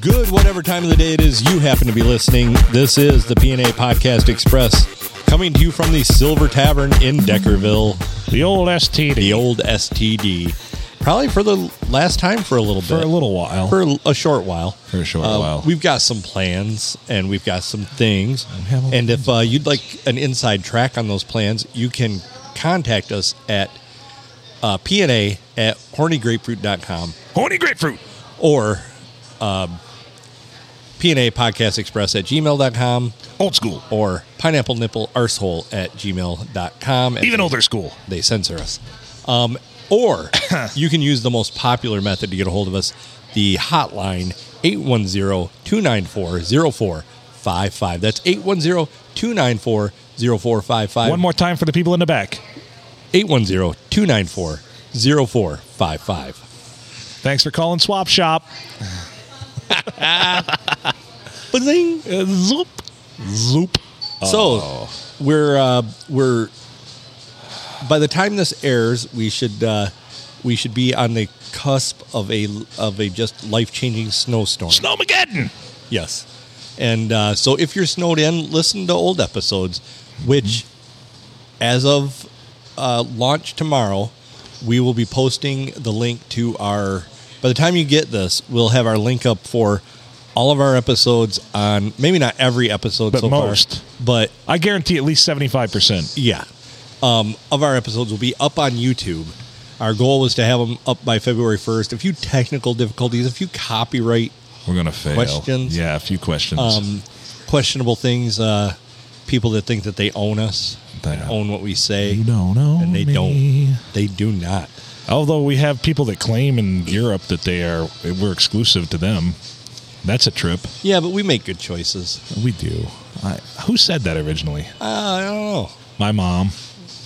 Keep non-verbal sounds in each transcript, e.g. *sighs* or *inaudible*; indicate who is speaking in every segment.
Speaker 1: Good, whatever time of the day it is you happen to be listening. This is the PNA Podcast Express coming to you from the Silver Tavern in Deckerville,
Speaker 2: The old STD.
Speaker 1: the old STD. Probably for the last time for a little
Speaker 2: for
Speaker 1: bit.
Speaker 2: a little while.
Speaker 1: for a- a short while.
Speaker 2: For a short
Speaker 1: Uh,
Speaker 2: while.
Speaker 1: We've got some plans and we've got some things.
Speaker 2: have a-
Speaker 1: And if uh, you'd like an inside track on those plans, you can contact us at uh, PNA at hornygrapefruit.com
Speaker 2: Horny grapefruit.
Speaker 1: or um, PNA podcast express at gmail.com
Speaker 2: Old school.
Speaker 1: or pineapple nipple arsehole at gmail.com. And
Speaker 2: Even older school.
Speaker 1: they censor us. Um,
Speaker 2: *coughs*
Speaker 1: or you can use the most popular method to get a hold of us, the hotline 810-294-0455. That's 810-294-0455.
Speaker 2: One more time for the people in the back.
Speaker 1: 810-294-0455.
Speaker 2: Thanks for calling Swap Shop.
Speaker 1: Bazing.
Speaker 2: Uh, zoop. Zoop. Oh.
Speaker 1: So we're uh, we're by the time this airs, we should uh, we should be on the cusp of a of a just life changing snowstorm.
Speaker 2: Snowmageddon.
Speaker 1: Yes. And uh, so if you're snowed in, listen to old episodes, which as of uh, launch tomorrow, we will be posting the link to our. By the time you get this, we'll have our link up for all of our episodes on maybe not every episode
Speaker 2: But
Speaker 1: so
Speaker 2: most.
Speaker 1: far, but
Speaker 2: I guarantee at least 75%.
Speaker 1: yeah. Um, of our episodes will be up on YouTube. Our goal was to have them up by February 1st. A few technical difficulties, a few copyright
Speaker 2: We're going to fail.
Speaker 1: Questions?
Speaker 2: Yeah, a few questions.
Speaker 1: um, questionable things. Uh, people that think that they own us,
Speaker 2: They
Speaker 1: and
Speaker 2: don't.
Speaker 1: own what we say,
Speaker 2: you don't know.
Speaker 1: and they
Speaker 2: me.
Speaker 1: don't. They do not.
Speaker 2: Although we have people that claim in Europe that they are, we're exclusive to them. That's a trip.
Speaker 1: Yeah, but we make good choices.
Speaker 2: We do. I, who said that originally?
Speaker 1: Uh, I don't know.
Speaker 2: My mom.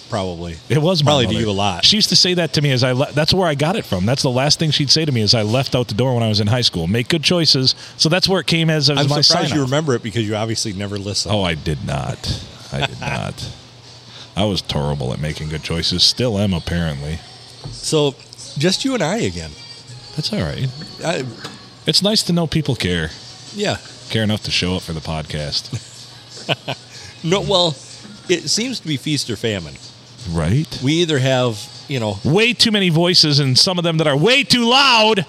Speaker 1: Probably.
Speaker 2: It was my
Speaker 1: Probably to
Speaker 2: mother.
Speaker 1: you a lot.
Speaker 2: She used to say that to me as I. Le- that's where I got it from. That's the last thing she'd say to me as I left out the door when I was in high school. Make good choices. So that's where it came as, as
Speaker 1: I'm
Speaker 2: my
Speaker 1: surprised
Speaker 2: sign.
Speaker 1: you remember it because you obviously never listen.
Speaker 2: oh, I did not.
Speaker 1: *laughs*
Speaker 2: I did not. I was terrible at making good choices. Still am apparently.
Speaker 1: So, just you and I again.
Speaker 2: That's all right.
Speaker 1: I,
Speaker 2: It's nice to know people care.
Speaker 1: yeah.
Speaker 2: Care enough to show up for
Speaker 1: *laughs*
Speaker 2: the podcast,
Speaker 1: No. Well, it seems to be feast or famine.
Speaker 2: right?
Speaker 1: We either have you know,
Speaker 2: Way too many voices, and some of them that are way too loud,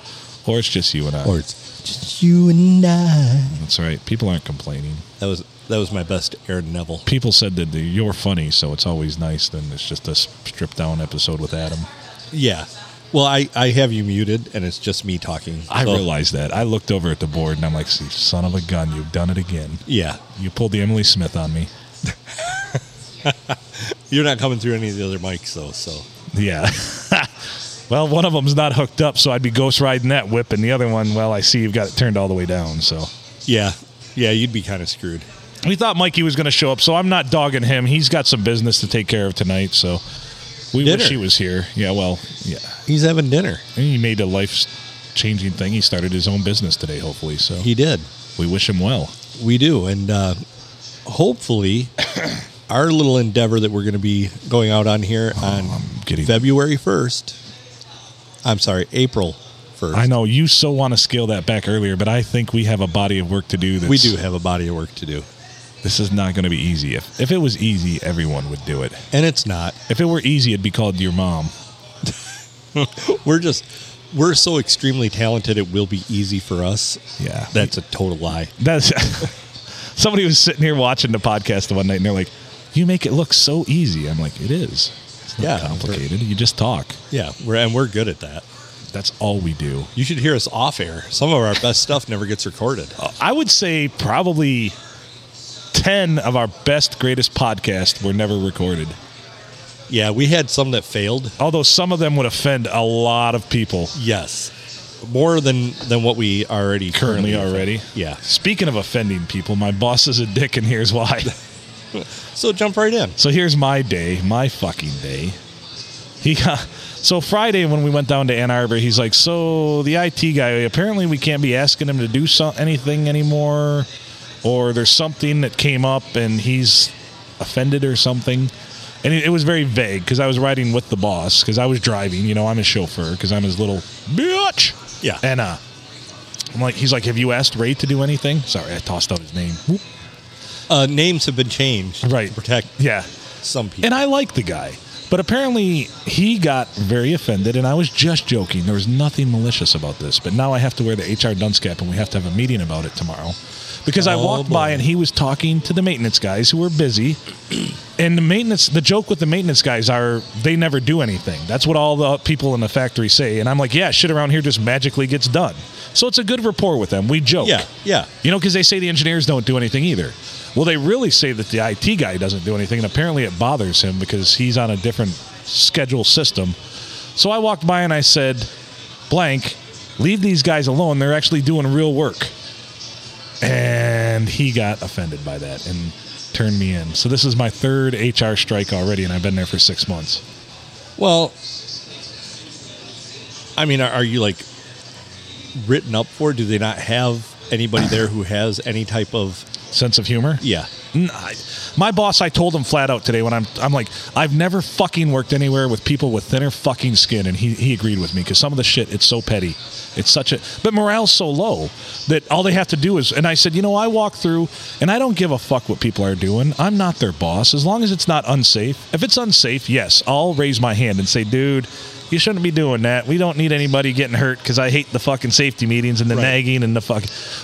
Speaker 2: or it's just you and I.
Speaker 1: or it's just you and I.
Speaker 2: That's right. People aren't complaining.
Speaker 1: That was that was my best Aaron Neville.
Speaker 2: people said that the, you're funny, so it's always nice. Then it's just a s- stripped down episode with Adam.
Speaker 1: Yeah. Well, I, I have you muted, and it's just me talking.
Speaker 2: I
Speaker 1: So,
Speaker 2: realized that. I looked over at the board and I'm like, "See, son of a gun, you've done it again.
Speaker 1: Yeah,
Speaker 2: You pulled the Emily Smith on me."
Speaker 1: you're not coming through any of the other mics though. So
Speaker 2: Yeah. *laughs* well, one of them's not hooked up, so I'd be ghost riding that whip, and the other one, well, I see you've got it turned all the way down. So
Speaker 1: yeah, yeah, you'd be kind of screwed.
Speaker 2: we thought Mikey was going to show up, so I'm not dogging him. He's got some business to take care of tonight, so. We
Speaker 1: Dinner.
Speaker 2: wish he was here. Yeah, well, yeah.
Speaker 1: He's having dinner.
Speaker 2: And he made a life changing thing. He started his own business today, hopefully. So
Speaker 1: He did.
Speaker 2: we wish him well.
Speaker 1: We do, and uh, hopefully, *coughs* our little endeavor that we're going to be going out on here
Speaker 2: Oh, I'm
Speaker 1: on
Speaker 2: getting-
Speaker 1: February first. I'm sorry, April first.
Speaker 2: I know you so want to scale that back earlier, but I think we have a body of work to do. That's,
Speaker 1: We do have a body of work to do,
Speaker 2: This is not going to be easy. If, if it was easy, everyone would do it.
Speaker 1: and it's not.
Speaker 2: If it were easy, it'd be called your mom.
Speaker 1: We're just we're so extremely talented. It will be easy for us.
Speaker 2: Yeah.
Speaker 1: That's a total lie.
Speaker 2: That's *laughs* somebody was sitting here watching the podcast one night, and they're like, "You make it look so easy." I'm like, "It is. It's not
Speaker 1: Yeah.
Speaker 2: complicated. You just talk.
Speaker 1: Yeah, we're, and we're good at that.
Speaker 2: That's all we do."
Speaker 1: You should hear us off air. Some of our best stuff never gets recorded.
Speaker 2: I would say probably ten of our best, greatest podcasts were never recorded.
Speaker 1: Yeah, we had some that failed.
Speaker 2: Although some of them would offend a lot of people.
Speaker 1: Yes, more than than what we already
Speaker 2: currently already.
Speaker 1: Yeah.
Speaker 2: Speaking of offending people, my boss is a dick, and here's why. *laughs*
Speaker 1: So jump right in.
Speaker 2: so here's my day, my fucking day. He *laughs* got So Friday when we went down to Ann Arbor, he's like, "So the IT guy, apparently we can't be asking him to do so- anything anymore, or there's something that came up and he's offended or something." And it, it was very vague because I was riding with the boss because I was driving. You know, I'm his chauffeur because I'm his little bitch.
Speaker 1: Yeah.
Speaker 2: And uh, I'm like, he's like, "Have you asked Ray to do anything?" Sorry, I tossed out his name. Whoop.
Speaker 1: Uh, names have been changed
Speaker 2: Right.
Speaker 1: to protect
Speaker 2: Yeah.
Speaker 1: some people.
Speaker 2: And I like the guy. But apparently he got very offended, and I was just joking. There was nothing malicious about this. But now I have to wear the HR dunce cap, and we have to have a meeting about it tomorrow. Because I
Speaker 1: Oh,
Speaker 2: walked by
Speaker 1: boy.
Speaker 2: and he was talking to the maintenance guys who were busy. And the maintenance, the joke with the maintenance guys are they never do anything. That's what all the people in the factory say. And I'm like, yeah, shit around here just magically gets done. So it's a good rapport with them. We joke.
Speaker 1: yeah, yeah.
Speaker 2: You know, because they say the engineers don't do anything either. Well, they really say that the IT guy doesn't do anything, and apparently it bothers him because he's on a different schedule system. So I walked by and I said, blank, leave these guys alone. They're actually doing real work. And he got offended by that and turned me in. So this is my third HR strike already, and I've been there for six months.
Speaker 1: Well, I mean, are, are you like written up for? it? Do they not have anybody there who has any type of?
Speaker 2: Sense of humor?
Speaker 1: Yeah,
Speaker 2: N- I- my boss, I told him flat out today when I'm, I'm like, I've never fucking worked anywhere with people with thinner fucking skin, and he, he agreed with me because some of the shit, it's so petty, it's such a, but morale's so low that all they have to do is, and I said, you know, I walk through, and I don't give a fuck what people are doing. I'm not their boss as long as it's not unsafe. If it's unsafe, yes, I'll raise my hand and say, dude. You shouldn't be doing that. We don't need anybody getting hurt because I hate the fucking safety meetings and the
Speaker 1: Right.
Speaker 2: nagging and the fuck.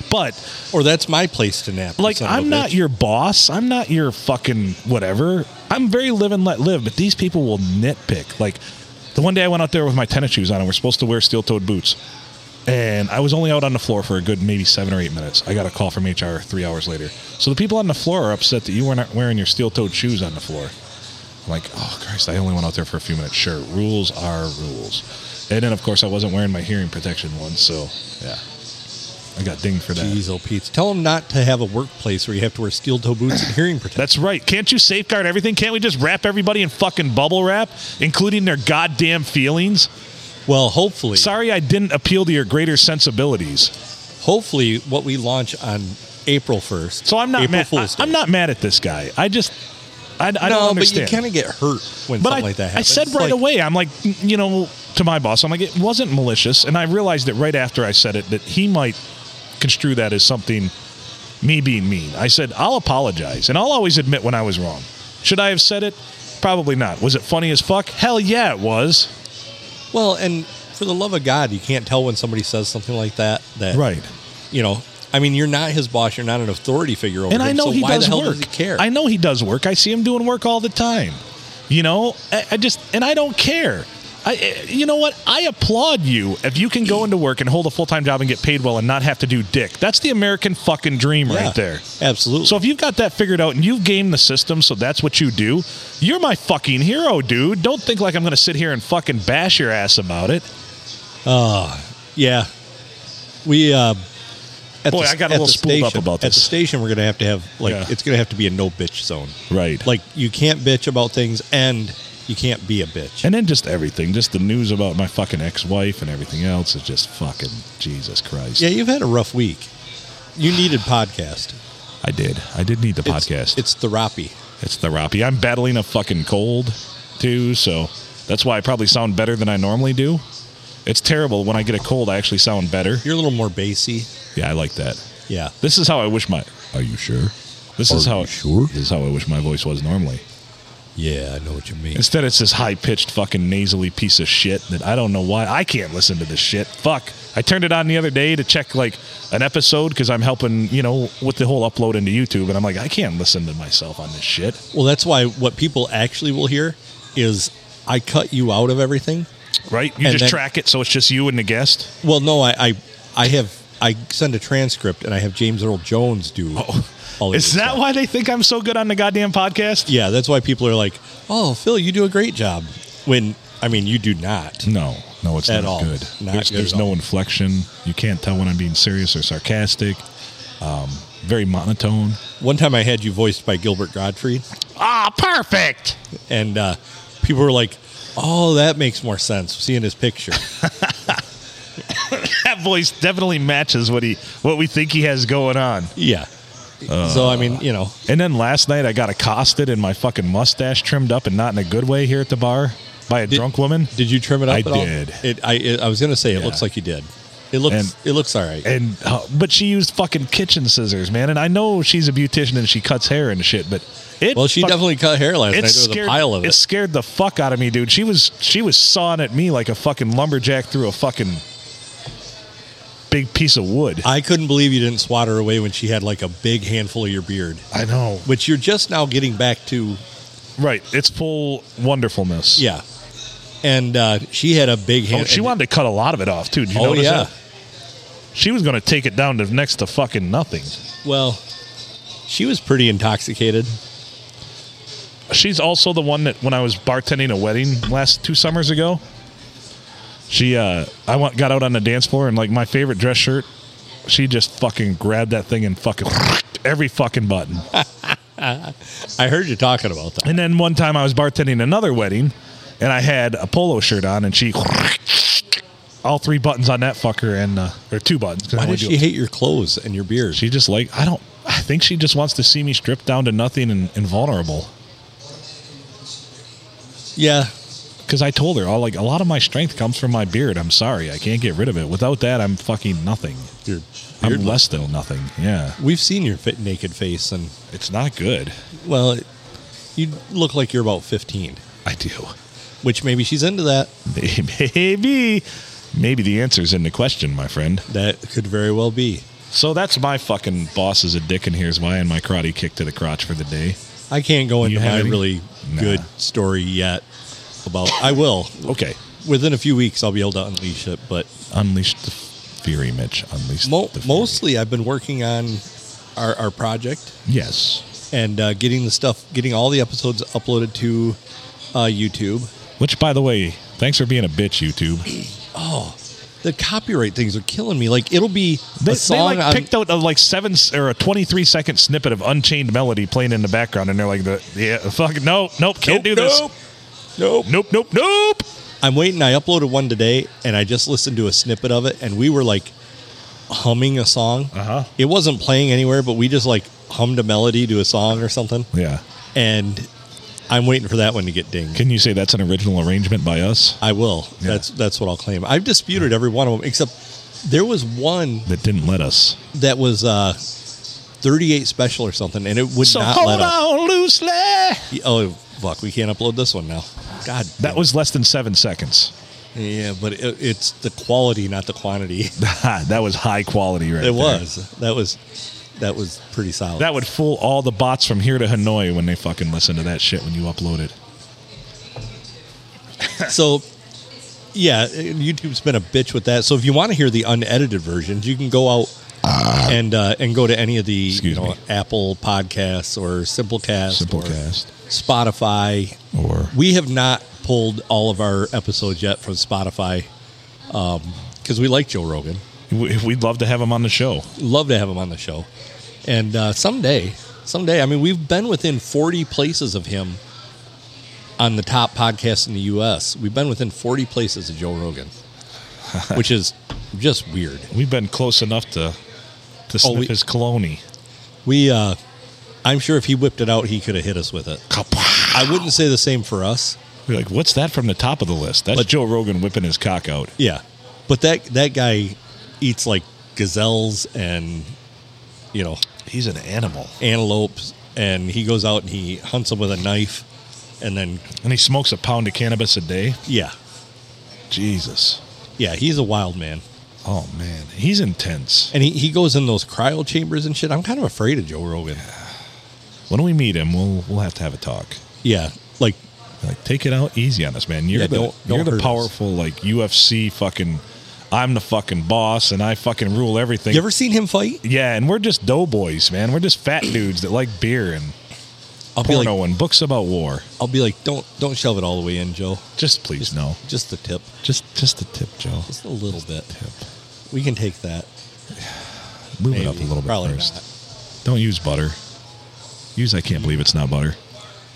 Speaker 2: But
Speaker 1: or that's my place to nap. you
Speaker 2: like
Speaker 1: son of a
Speaker 2: I'm not
Speaker 1: bitch.
Speaker 2: your boss. I'm not your fucking whatever. I'm very live and let live, but these people will nitpick. Like the one day I went out there with my tennis shoes on and we're supposed to wear steel toed boots. And I was only out on the floor for a good maybe seven or eight minutes. I got a call from HR three hours later. So the people on the floor are upset that you were not wearing your steel toed shoes on the floor. I'm like, oh Christ, I only went out there for a few minutes. Sure, rules are rules. And then of course I wasn't wearing my hearing protection one, so yeah. I got dinged for that.
Speaker 1: Jeez, oh, Pete. Tell them not to have a workplace where you have to wear steel toe boots and hearing protection.
Speaker 2: That's right. Can't you safeguard everything? Can't we just wrap everybody in fucking bubble wrap, including their goddamn feelings?
Speaker 1: well, hopefully,
Speaker 2: Sorry I didn't appeal to your greater sensibilities.
Speaker 1: hopefully, what we launch on April first.
Speaker 2: So I'm not
Speaker 1: April
Speaker 2: mad. I,
Speaker 1: Fool's Day.
Speaker 2: am not mad at this guy. I just I, I
Speaker 1: no,
Speaker 2: don't
Speaker 1: but you
Speaker 2: understand.
Speaker 1: kind of get hurt when
Speaker 2: But I,
Speaker 1: something like that
Speaker 2: I
Speaker 1: happens.
Speaker 2: said
Speaker 1: It's
Speaker 2: right
Speaker 1: like,
Speaker 2: away, I'm like, you know, to my boss, I'm like, it wasn't malicious. And I realized that right after I said it, that he might construe that as something me being mean. I said, I'll apologize and I'll always admit when I was wrong. Should I have said it? Probably not. Was it funny as fuck? Hell yeah, it was.
Speaker 1: Well, and for the love of God, you can't tell when somebody says something like that. That
Speaker 2: Right.
Speaker 1: you know, I mean, you're not his boss. You're not an authority figure over
Speaker 2: And
Speaker 1: him.
Speaker 2: I know
Speaker 1: so
Speaker 2: he
Speaker 1: why
Speaker 2: does
Speaker 1: the hell
Speaker 2: work.
Speaker 1: does he care?
Speaker 2: I know he does work. I see him doing work all the time. You know, I, I just and I don't care. I, I- you know what? I applaud you if you can go into work and hold a full time job and get paid well and not have to do dick. That's the American fucking dream
Speaker 1: Yeah,
Speaker 2: right there.
Speaker 1: Absolutely.
Speaker 2: So if you've got that figured out and you've gamed the system, so that's what you do. You're my fucking hero, dude. Don't think like I'm going to sit here and fucking bash your ass about it.
Speaker 1: yeah, we. Uh, at
Speaker 2: Boy, I got a
Speaker 1: at
Speaker 2: little spooled
Speaker 1: station,
Speaker 2: up about
Speaker 1: At the
Speaker 2: this.
Speaker 1: station, we're going to have to have like
Speaker 2: Yeah.
Speaker 1: it's going to have to be a no bitch zone.
Speaker 2: Right.
Speaker 1: Like you can't bitch about things, and you can't be a bitch.
Speaker 2: And then just everything, just the news about my fucking ex-wife and everything else is just fucking Jesus Christ.
Speaker 1: yeah, you've had a rough week. You needed podcast.
Speaker 2: I did. I did need the
Speaker 1: It's-
Speaker 2: podcast.
Speaker 1: It's
Speaker 2: It's,
Speaker 1: therapy.
Speaker 2: the Roppy. I'm battling a fucking cold too, so that's why I probably sound better than I normally do. It's terrible when I get a cold. I actually sound better.
Speaker 1: You're a little more bassy.
Speaker 2: Yeah, I like that.
Speaker 1: Yeah.
Speaker 2: This is how I wish my. Are you sure? This is
Speaker 1: Are
Speaker 2: how.
Speaker 1: you sure?
Speaker 2: This is how I wish my voice was normally.
Speaker 1: Yeah, I know what you mean.
Speaker 2: Instead, it's this high pitched fucking nasally piece of shit that I don't know why I can't listen to this shit. Fuck. I turned it on the other day to check like an episode because I'm helping, you know, with the whole upload into YouTube, and I'm like, I can't listen to myself on this shit.
Speaker 1: Well, that's why what people actually will hear is I cut you out of everything.
Speaker 2: right? You
Speaker 1: And
Speaker 2: just
Speaker 1: then-
Speaker 2: track it so it's just you and the guest.
Speaker 1: Well, no, I, I, I have I send a transcript and I have James Earl Jones do.
Speaker 2: Oh,
Speaker 1: all of
Speaker 2: Is
Speaker 1: your
Speaker 2: that
Speaker 1: stuff.
Speaker 2: why they think I'm so good on the goddamn podcast?
Speaker 1: Yeah, that's why people are like, "Oh, Phil, you do a great job." When I mean, you do not.
Speaker 2: No, no, it's
Speaker 1: At
Speaker 2: not
Speaker 1: all.
Speaker 2: good.
Speaker 1: Not
Speaker 2: there's
Speaker 1: good
Speaker 2: there's
Speaker 1: at
Speaker 2: no
Speaker 1: all.
Speaker 2: inflection. You can't tell when I'm being serious or sarcastic. Um, very monotone.
Speaker 1: One time, I had you voiced by Gilbert Gottfried,
Speaker 2: Ah, perfect. *laughs*
Speaker 1: and uh, people were like, Oh, that makes more sense seeing his picture. *laughs*
Speaker 2: that voice definitely matches what he what we think he has going on.
Speaker 1: yeah. so I mean, you know,
Speaker 2: And then last night I got accosted and my fucking mustache trimmed up and not in a good way here at the bar by a drunk woman.
Speaker 1: did you trim it up?
Speaker 2: I
Speaker 1: at all?
Speaker 2: did.
Speaker 1: It, I it, I was gonna say it
Speaker 2: Yeah.
Speaker 1: looks like you did. It looks
Speaker 2: And-
Speaker 1: it looks all right.
Speaker 2: and uh, but she used fucking kitchen scissors, man. And I know she's a beautician and she cuts hair and shit, but it
Speaker 1: well, she
Speaker 2: fuck-
Speaker 1: definitely cut hair last night.
Speaker 2: it
Speaker 1: There was
Speaker 2: scared
Speaker 1: a pile of it.
Speaker 2: scared the fuck out of me, dude. She was she was sawing at me like a fucking lumberjack through a fucking big piece of wood.
Speaker 1: I couldn't believe you didn't swat her away when she had like a big handful of your beard,
Speaker 2: I know,
Speaker 1: which you're just now getting back to.
Speaker 2: right? It's full wonderfulness.
Speaker 1: Yeah. And uh, she had a big hand.
Speaker 2: Oh, she wanted to cut a lot of it off too. Did you
Speaker 1: Oh,
Speaker 2: notice
Speaker 1: yeah.
Speaker 2: that? She was going to take it down to next to fucking nothing.
Speaker 1: Well, she was pretty intoxicated.
Speaker 2: She's also the one that when I was bartending a wedding last two summers ago, she uh I went, got out on the dance floor and like my favorite dress shirt, she just fucking grabbed that thing and fucking *laughs* every fucking button.
Speaker 1: I heard you talking about that.
Speaker 2: And then one time I was bartending another wedding and I had a polo shirt on and she *laughs* all three buttons on that fucker and uh, or two buttons. 'cause I
Speaker 1: Why
Speaker 2: only
Speaker 1: did
Speaker 2: do
Speaker 1: she hate your clothes and your beard?
Speaker 2: She just like I don't. I think she just wants to see me stripped down to nothing and, and vulnerable.
Speaker 1: yeah.
Speaker 2: Because I told her, all like a lot of my strength comes from my beard. I'm sorry, I can't get rid of it. Without that, I'm fucking nothing.
Speaker 1: Your
Speaker 2: I'm
Speaker 1: beard look-
Speaker 2: less than nothing. Yeah,
Speaker 1: We've seen your fit, naked face, and,
Speaker 2: it's not good. *laughs*
Speaker 1: well, it, you look like you're about 15,
Speaker 2: I do.
Speaker 1: which maybe she's into that.
Speaker 2: Maybe, maybe the answer's in the question, my friend.
Speaker 1: That could very well be.
Speaker 2: So that's my fucking boss is a dick, and here's why. And my karate kick to the crotch for the day.
Speaker 1: I can't go into
Speaker 2: have
Speaker 1: my
Speaker 2: any?
Speaker 1: really
Speaker 2: Nah.
Speaker 1: good story yet about. I will.
Speaker 2: Okay,
Speaker 1: Within a few weeks, I'll be able to unleash it. But
Speaker 2: unleash the fury, Mitch. Unleash
Speaker 1: mo-
Speaker 2: the fury.
Speaker 1: mostly, I've been working on our, our project
Speaker 2: Yes.
Speaker 1: and uh, getting the stuff, getting all the episodes uploaded to uh, YouTube.
Speaker 2: Which, by the way, thanks for being a bitch, YouTube.
Speaker 1: The copyright things are killing me. Like it'll be
Speaker 2: They,
Speaker 1: a song um,
Speaker 2: they like
Speaker 1: on-
Speaker 2: picked out a like seven s- or a twenty three second snippet of Unchained melody playing in the background, and they're like, "The yeah, fuck no, nope, can't do
Speaker 1: Nope,
Speaker 2: this,
Speaker 1: nope, Nope.
Speaker 2: nope, nope, nope."
Speaker 1: I'm waiting. I uploaded one today, and I just listened to a snippet of it, and we were like humming a song.
Speaker 2: Uh-huh.
Speaker 1: It wasn't playing anywhere, but we just like hummed a melody to a song or something.
Speaker 2: Yeah,
Speaker 1: And I'm waiting for that one to get dinged.
Speaker 2: can you say that's an original arrangement by us
Speaker 1: I will. That's that's what I'll claim. I've disputed every one of them except there was one
Speaker 2: that didn't let us?
Speaker 1: that was uh, 38 special or something, and it would
Speaker 2: So
Speaker 1: not
Speaker 2: hold
Speaker 1: let us.
Speaker 2: on loosely.
Speaker 1: Oh fuck, we can't upload this one now. God,
Speaker 2: That was less than seven seconds. *laughs*
Speaker 1: yeah, but it, it's the quality, not the quantity. *laughs*
Speaker 2: that was high quality, right?
Speaker 1: It
Speaker 2: there.
Speaker 1: was. That was that was pretty solid.
Speaker 2: That would fool all the bots from here to Hanoi when they fucking listen to that shit when you upload it.
Speaker 1: so yeah, YouTube's been a bitch with that. So if you want to hear the unedited versions, you can go out and uh, and go to any of the you
Speaker 2: Excuse
Speaker 1: know
Speaker 2: me.
Speaker 1: Apple Podcasts or Simplecast,
Speaker 2: Simplecast.
Speaker 1: or Spotify.
Speaker 2: Or
Speaker 1: We have not pulled all of our episodes yet from Spotify because we like Joe Rogan.
Speaker 2: we- we'd love to have him on the show.
Speaker 1: Love to have him on the show, and uh, someday, someday. I mean, we've been within forty places of him on the top podcast in the U.S. We've been within forty places of Joe Rogan, which is just weird.
Speaker 2: We've been close enough to to
Speaker 1: Oh,
Speaker 2: sniff
Speaker 1: we-
Speaker 2: his cologne.
Speaker 1: We, uh, I'm sure if he whipped it out, he could have hit us with it. I wouldn't say the same for us.
Speaker 2: We're like, what's that from the top of the list? That's
Speaker 1: But-
Speaker 2: Joe Rogan whipping his cock out.
Speaker 1: Yeah, but that that guy eats like gazelles and you know
Speaker 2: He's an animal,
Speaker 1: antelopes, and he goes out and he hunts them with a knife, and then
Speaker 2: and he smokes a pound of cannabis a day.
Speaker 1: yeah,
Speaker 2: Jesus.
Speaker 1: yeah, he's a wild man,
Speaker 2: Oh man, he's intense.
Speaker 1: and he, he goes in those cryo chambers and shit. I'm kind of afraid of Joe Rogan.
Speaker 2: When we meet him, we'll we'll have to have a talk.
Speaker 1: Yeah, like
Speaker 2: Like, take it out easy on us, man. You're
Speaker 1: Yeah,
Speaker 2: the
Speaker 1: don't- don't
Speaker 2: you're
Speaker 1: hurt
Speaker 2: the
Speaker 1: us.
Speaker 2: powerful like UFC fucking. I'm the fucking boss, and I fucking rule everything.
Speaker 1: you ever seen him fight?
Speaker 2: yeah, and we're just doughboys, man. We're just fat dudes that like beer and
Speaker 1: I'll be
Speaker 2: porno
Speaker 1: like,
Speaker 2: and books about war.
Speaker 1: I'll be like, don't don't shove it all the way in, Joe.
Speaker 2: Just please, no.
Speaker 1: Just the tip,
Speaker 2: Just just the tip, Joe.
Speaker 1: just a little bit.
Speaker 2: Tip.
Speaker 1: We can take that.
Speaker 2: Move
Speaker 1: Maybe.
Speaker 2: it up a little bit
Speaker 1: Probably
Speaker 2: first.
Speaker 1: not.
Speaker 2: Don't use butter. Use I can't believe it's not butter.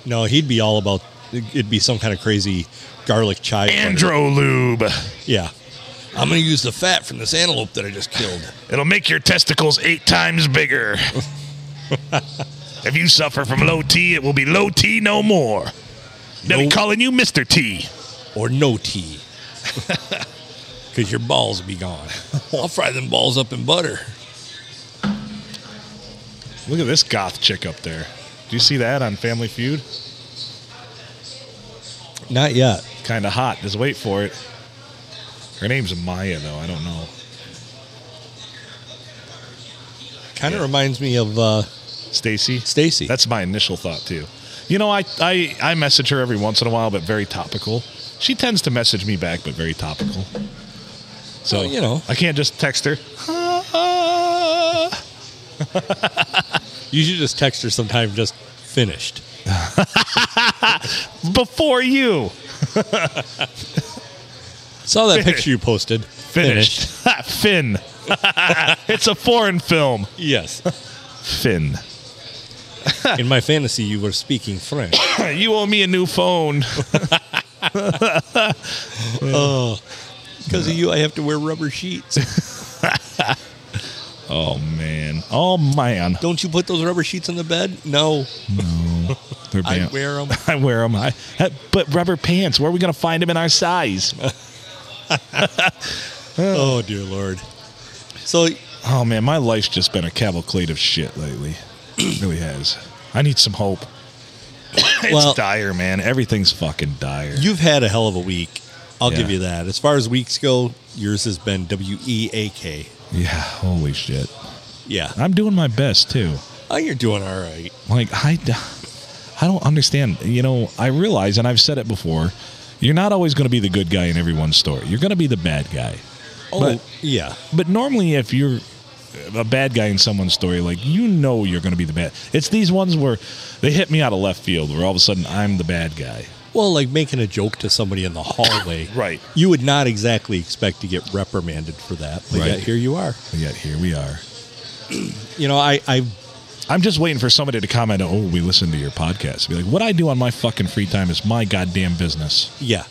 Speaker 1: No, he'd be all about it'd be some kind of crazy garlic chive. flavor.
Speaker 2: Andro Lube.
Speaker 1: Yeah. I'm going to use the fat from this antelope that I just killed.
Speaker 2: It'll make your testicles eight times bigger. *laughs* if you suffer from low T, it will be low T no more. They'll be
Speaker 1: No-
Speaker 2: calling you Mr. T.
Speaker 1: Or no *laughs* tea. Because your balls be gone. I'll fry them balls up in butter.
Speaker 2: Look at this goth chick up there. Do you see that on Family Feud?
Speaker 1: Not yet.
Speaker 2: Kind of hot. Just wait for it. Her name's Maya, though. I don't know.
Speaker 1: Kind of reminds me of uh,
Speaker 2: Stacy.
Speaker 1: Stacy.
Speaker 2: That's my initial thought too. You know, I, I I message her every once in a while, but very topical. She tends to message me back, but very topical. So
Speaker 1: Well, you know.
Speaker 2: I can't just text her.
Speaker 1: *laughs* You should just text her sometime, just finished.
Speaker 2: Before you
Speaker 1: Saw that picture you posted.
Speaker 2: finished, *laughs*
Speaker 1: *laughs*
Speaker 2: Finn. it's a foreign film.
Speaker 1: Yes.
Speaker 2: Finn, *laughs*
Speaker 1: In my fantasy, you were speaking French.
Speaker 2: you owe me a new phone.
Speaker 1: Because of you, I have to wear rubber sheets.
Speaker 2: Oh man. Oh man.
Speaker 1: Don't you put those rubber sheets on the bed? No.
Speaker 2: They're
Speaker 1: I
Speaker 2: ban-
Speaker 1: wear 'em.
Speaker 2: I wear them. I, but rubber pants. Where are we gonna find them in our size?
Speaker 1: Oh, dear Lord. So
Speaker 2: Oh man, my life's just been a cavalcade of shit lately. It really has. I need some hope. *coughs* it's
Speaker 1: Well-
Speaker 2: dire, man. Everything's fucking dire.
Speaker 1: you've had a hell of a week. I'll
Speaker 2: Yeah.
Speaker 1: give you that. As far as weeks go, yours has been W E A K.
Speaker 2: yeah, holy shit.
Speaker 1: Yeah.
Speaker 2: I'm doing my best too.
Speaker 1: Oh, you're doing all right.
Speaker 2: Like I, I don't understand. You know, I realize, and I've said it before. You're not always going to be the good guy in everyone's story. You're going to be the bad guy.
Speaker 1: Oh,
Speaker 2: But-
Speaker 1: yeah.
Speaker 2: But normally, if you're a bad guy in someone's story, like you know you're going to be the bad. It's these ones where they hit me out of left field, where all of a sudden I'm the bad guy.
Speaker 1: Well, like making a joke to somebody in the hallway.
Speaker 2: *coughs* Right.
Speaker 1: You would not exactly expect to get reprimanded for that, but
Speaker 2: Right.
Speaker 1: yet here you are.
Speaker 2: But yet here we are.
Speaker 1: You know, I, I
Speaker 2: I'm just waiting for somebody to comment. Oh, we listened to your podcast. Be like, what I do on my fucking free time is my goddamn business.
Speaker 1: yeah.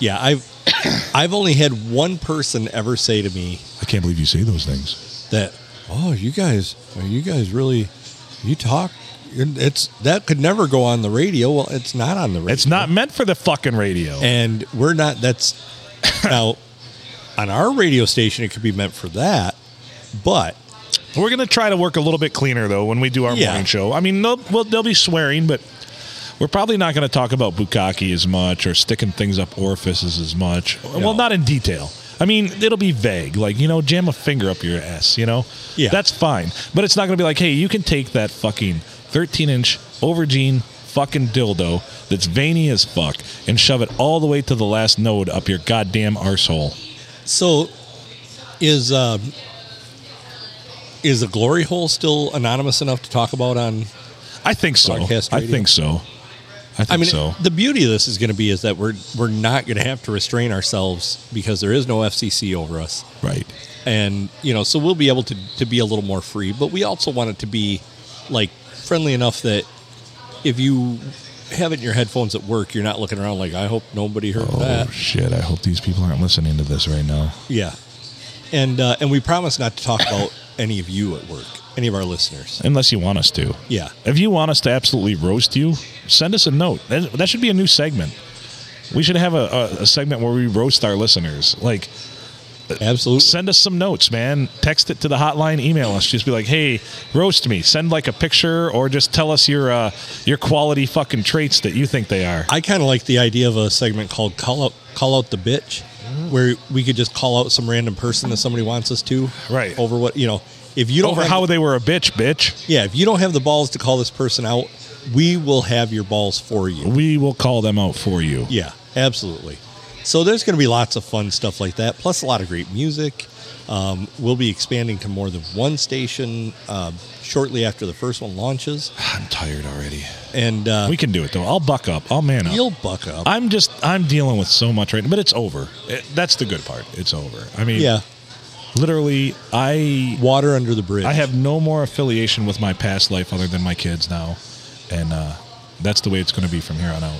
Speaker 1: Yeah, I've *coughs* I've only had one person ever say to me
Speaker 2: I can't believe you say those things.
Speaker 1: that, "Oh, you guys, you guys really you talk it's that could never go on the radio." Well, it's not on the radio.
Speaker 2: It's not meant for the fucking radio.
Speaker 1: and we're not that's *coughs* now on our radio station it could be meant for that but
Speaker 2: We're gonna try to work a little bit cleaner though when we do our
Speaker 1: Yeah.
Speaker 2: morning show. I mean, they'll, well, they'll be swearing, but we're probably not gonna talk about bukkake as much or sticking things up orifices as much. Well, not in detail. I mean, it'll be vague, like you know, jam a finger up your ass. You know,
Speaker 1: Yeah.
Speaker 2: that's fine. But it's not gonna be like, hey, you can take that fucking thirteen inch aubergine fucking dildo that's veiny as fuck and shove it all the way to the last node up your goddamn arsehole.
Speaker 1: so is um is the glory hole still anonymous enough to talk about on
Speaker 2: I think so.
Speaker 1: Broadcast
Speaker 2: I
Speaker 1: radio.
Speaker 2: think so. I think
Speaker 1: I mean
Speaker 2: so.
Speaker 1: the beauty of this is going to be is that we're we're not going to have to restrain ourselves because there is no FCC over us
Speaker 2: Right.
Speaker 1: and you know so we'll be able to to be a little more free but we also want it to be like friendly enough that if you have it in your headphones at work you're not looking around like i hope nobody heard
Speaker 2: Oh
Speaker 1: that
Speaker 2: shit! I hope these people aren't listening to this right now.
Speaker 1: yeah and uh, and we promise not to talk about *laughs* any of you at work any of our listeners
Speaker 2: Unless you want us to.
Speaker 1: yeah
Speaker 2: If you want us to absolutely roast you, send us a note. That, that should be a new segment. We should have a, a, a segment where we roast our listeners. Like, Uh,
Speaker 1: absolutely
Speaker 2: send us some notes, man. Text it to the hotline, email us. Just be like, hey, roast me. Send like a picture, or just tell us your uh, your quality fucking traits that you think they are.
Speaker 1: i kind of like the idea of a segment called call out call out the bitch where we could just call out some random person that somebody wants us to
Speaker 2: Right.
Speaker 1: over what you know if you don't
Speaker 2: Over
Speaker 1: have-
Speaker 2: how they were a bitch, bitch.
Speaker 1: Yeah, if you don't have the balls to call this person out, we will have your balls for you.
Speaker 2: We will call them out for you. *sighs*
Speaker 1: Yeah, absolutely. So there's going to be lots of fun stuff like that, plus a lot of great music. Um, we'll be expanding to more than one station uh, shortly after the first one launches,
Speaker 2: I'm tired already.
Speaker 1: and uh,
Speaker 2: We can do it though. I'll buck up. I'll man up.
Speaker 1: you'll buck up.
Speaker 2: I'm just I'm dealing with so much right now, but it's over. It, that's the good part. It's over. I mean,
Speaker 1: yeah,
Speaker 2: literally, I
Speaker 1: water under the bridge.
Speaker 2: I have no more affiliation with my past life other than my kids now, and uh, that's the way it's going to be from here on out.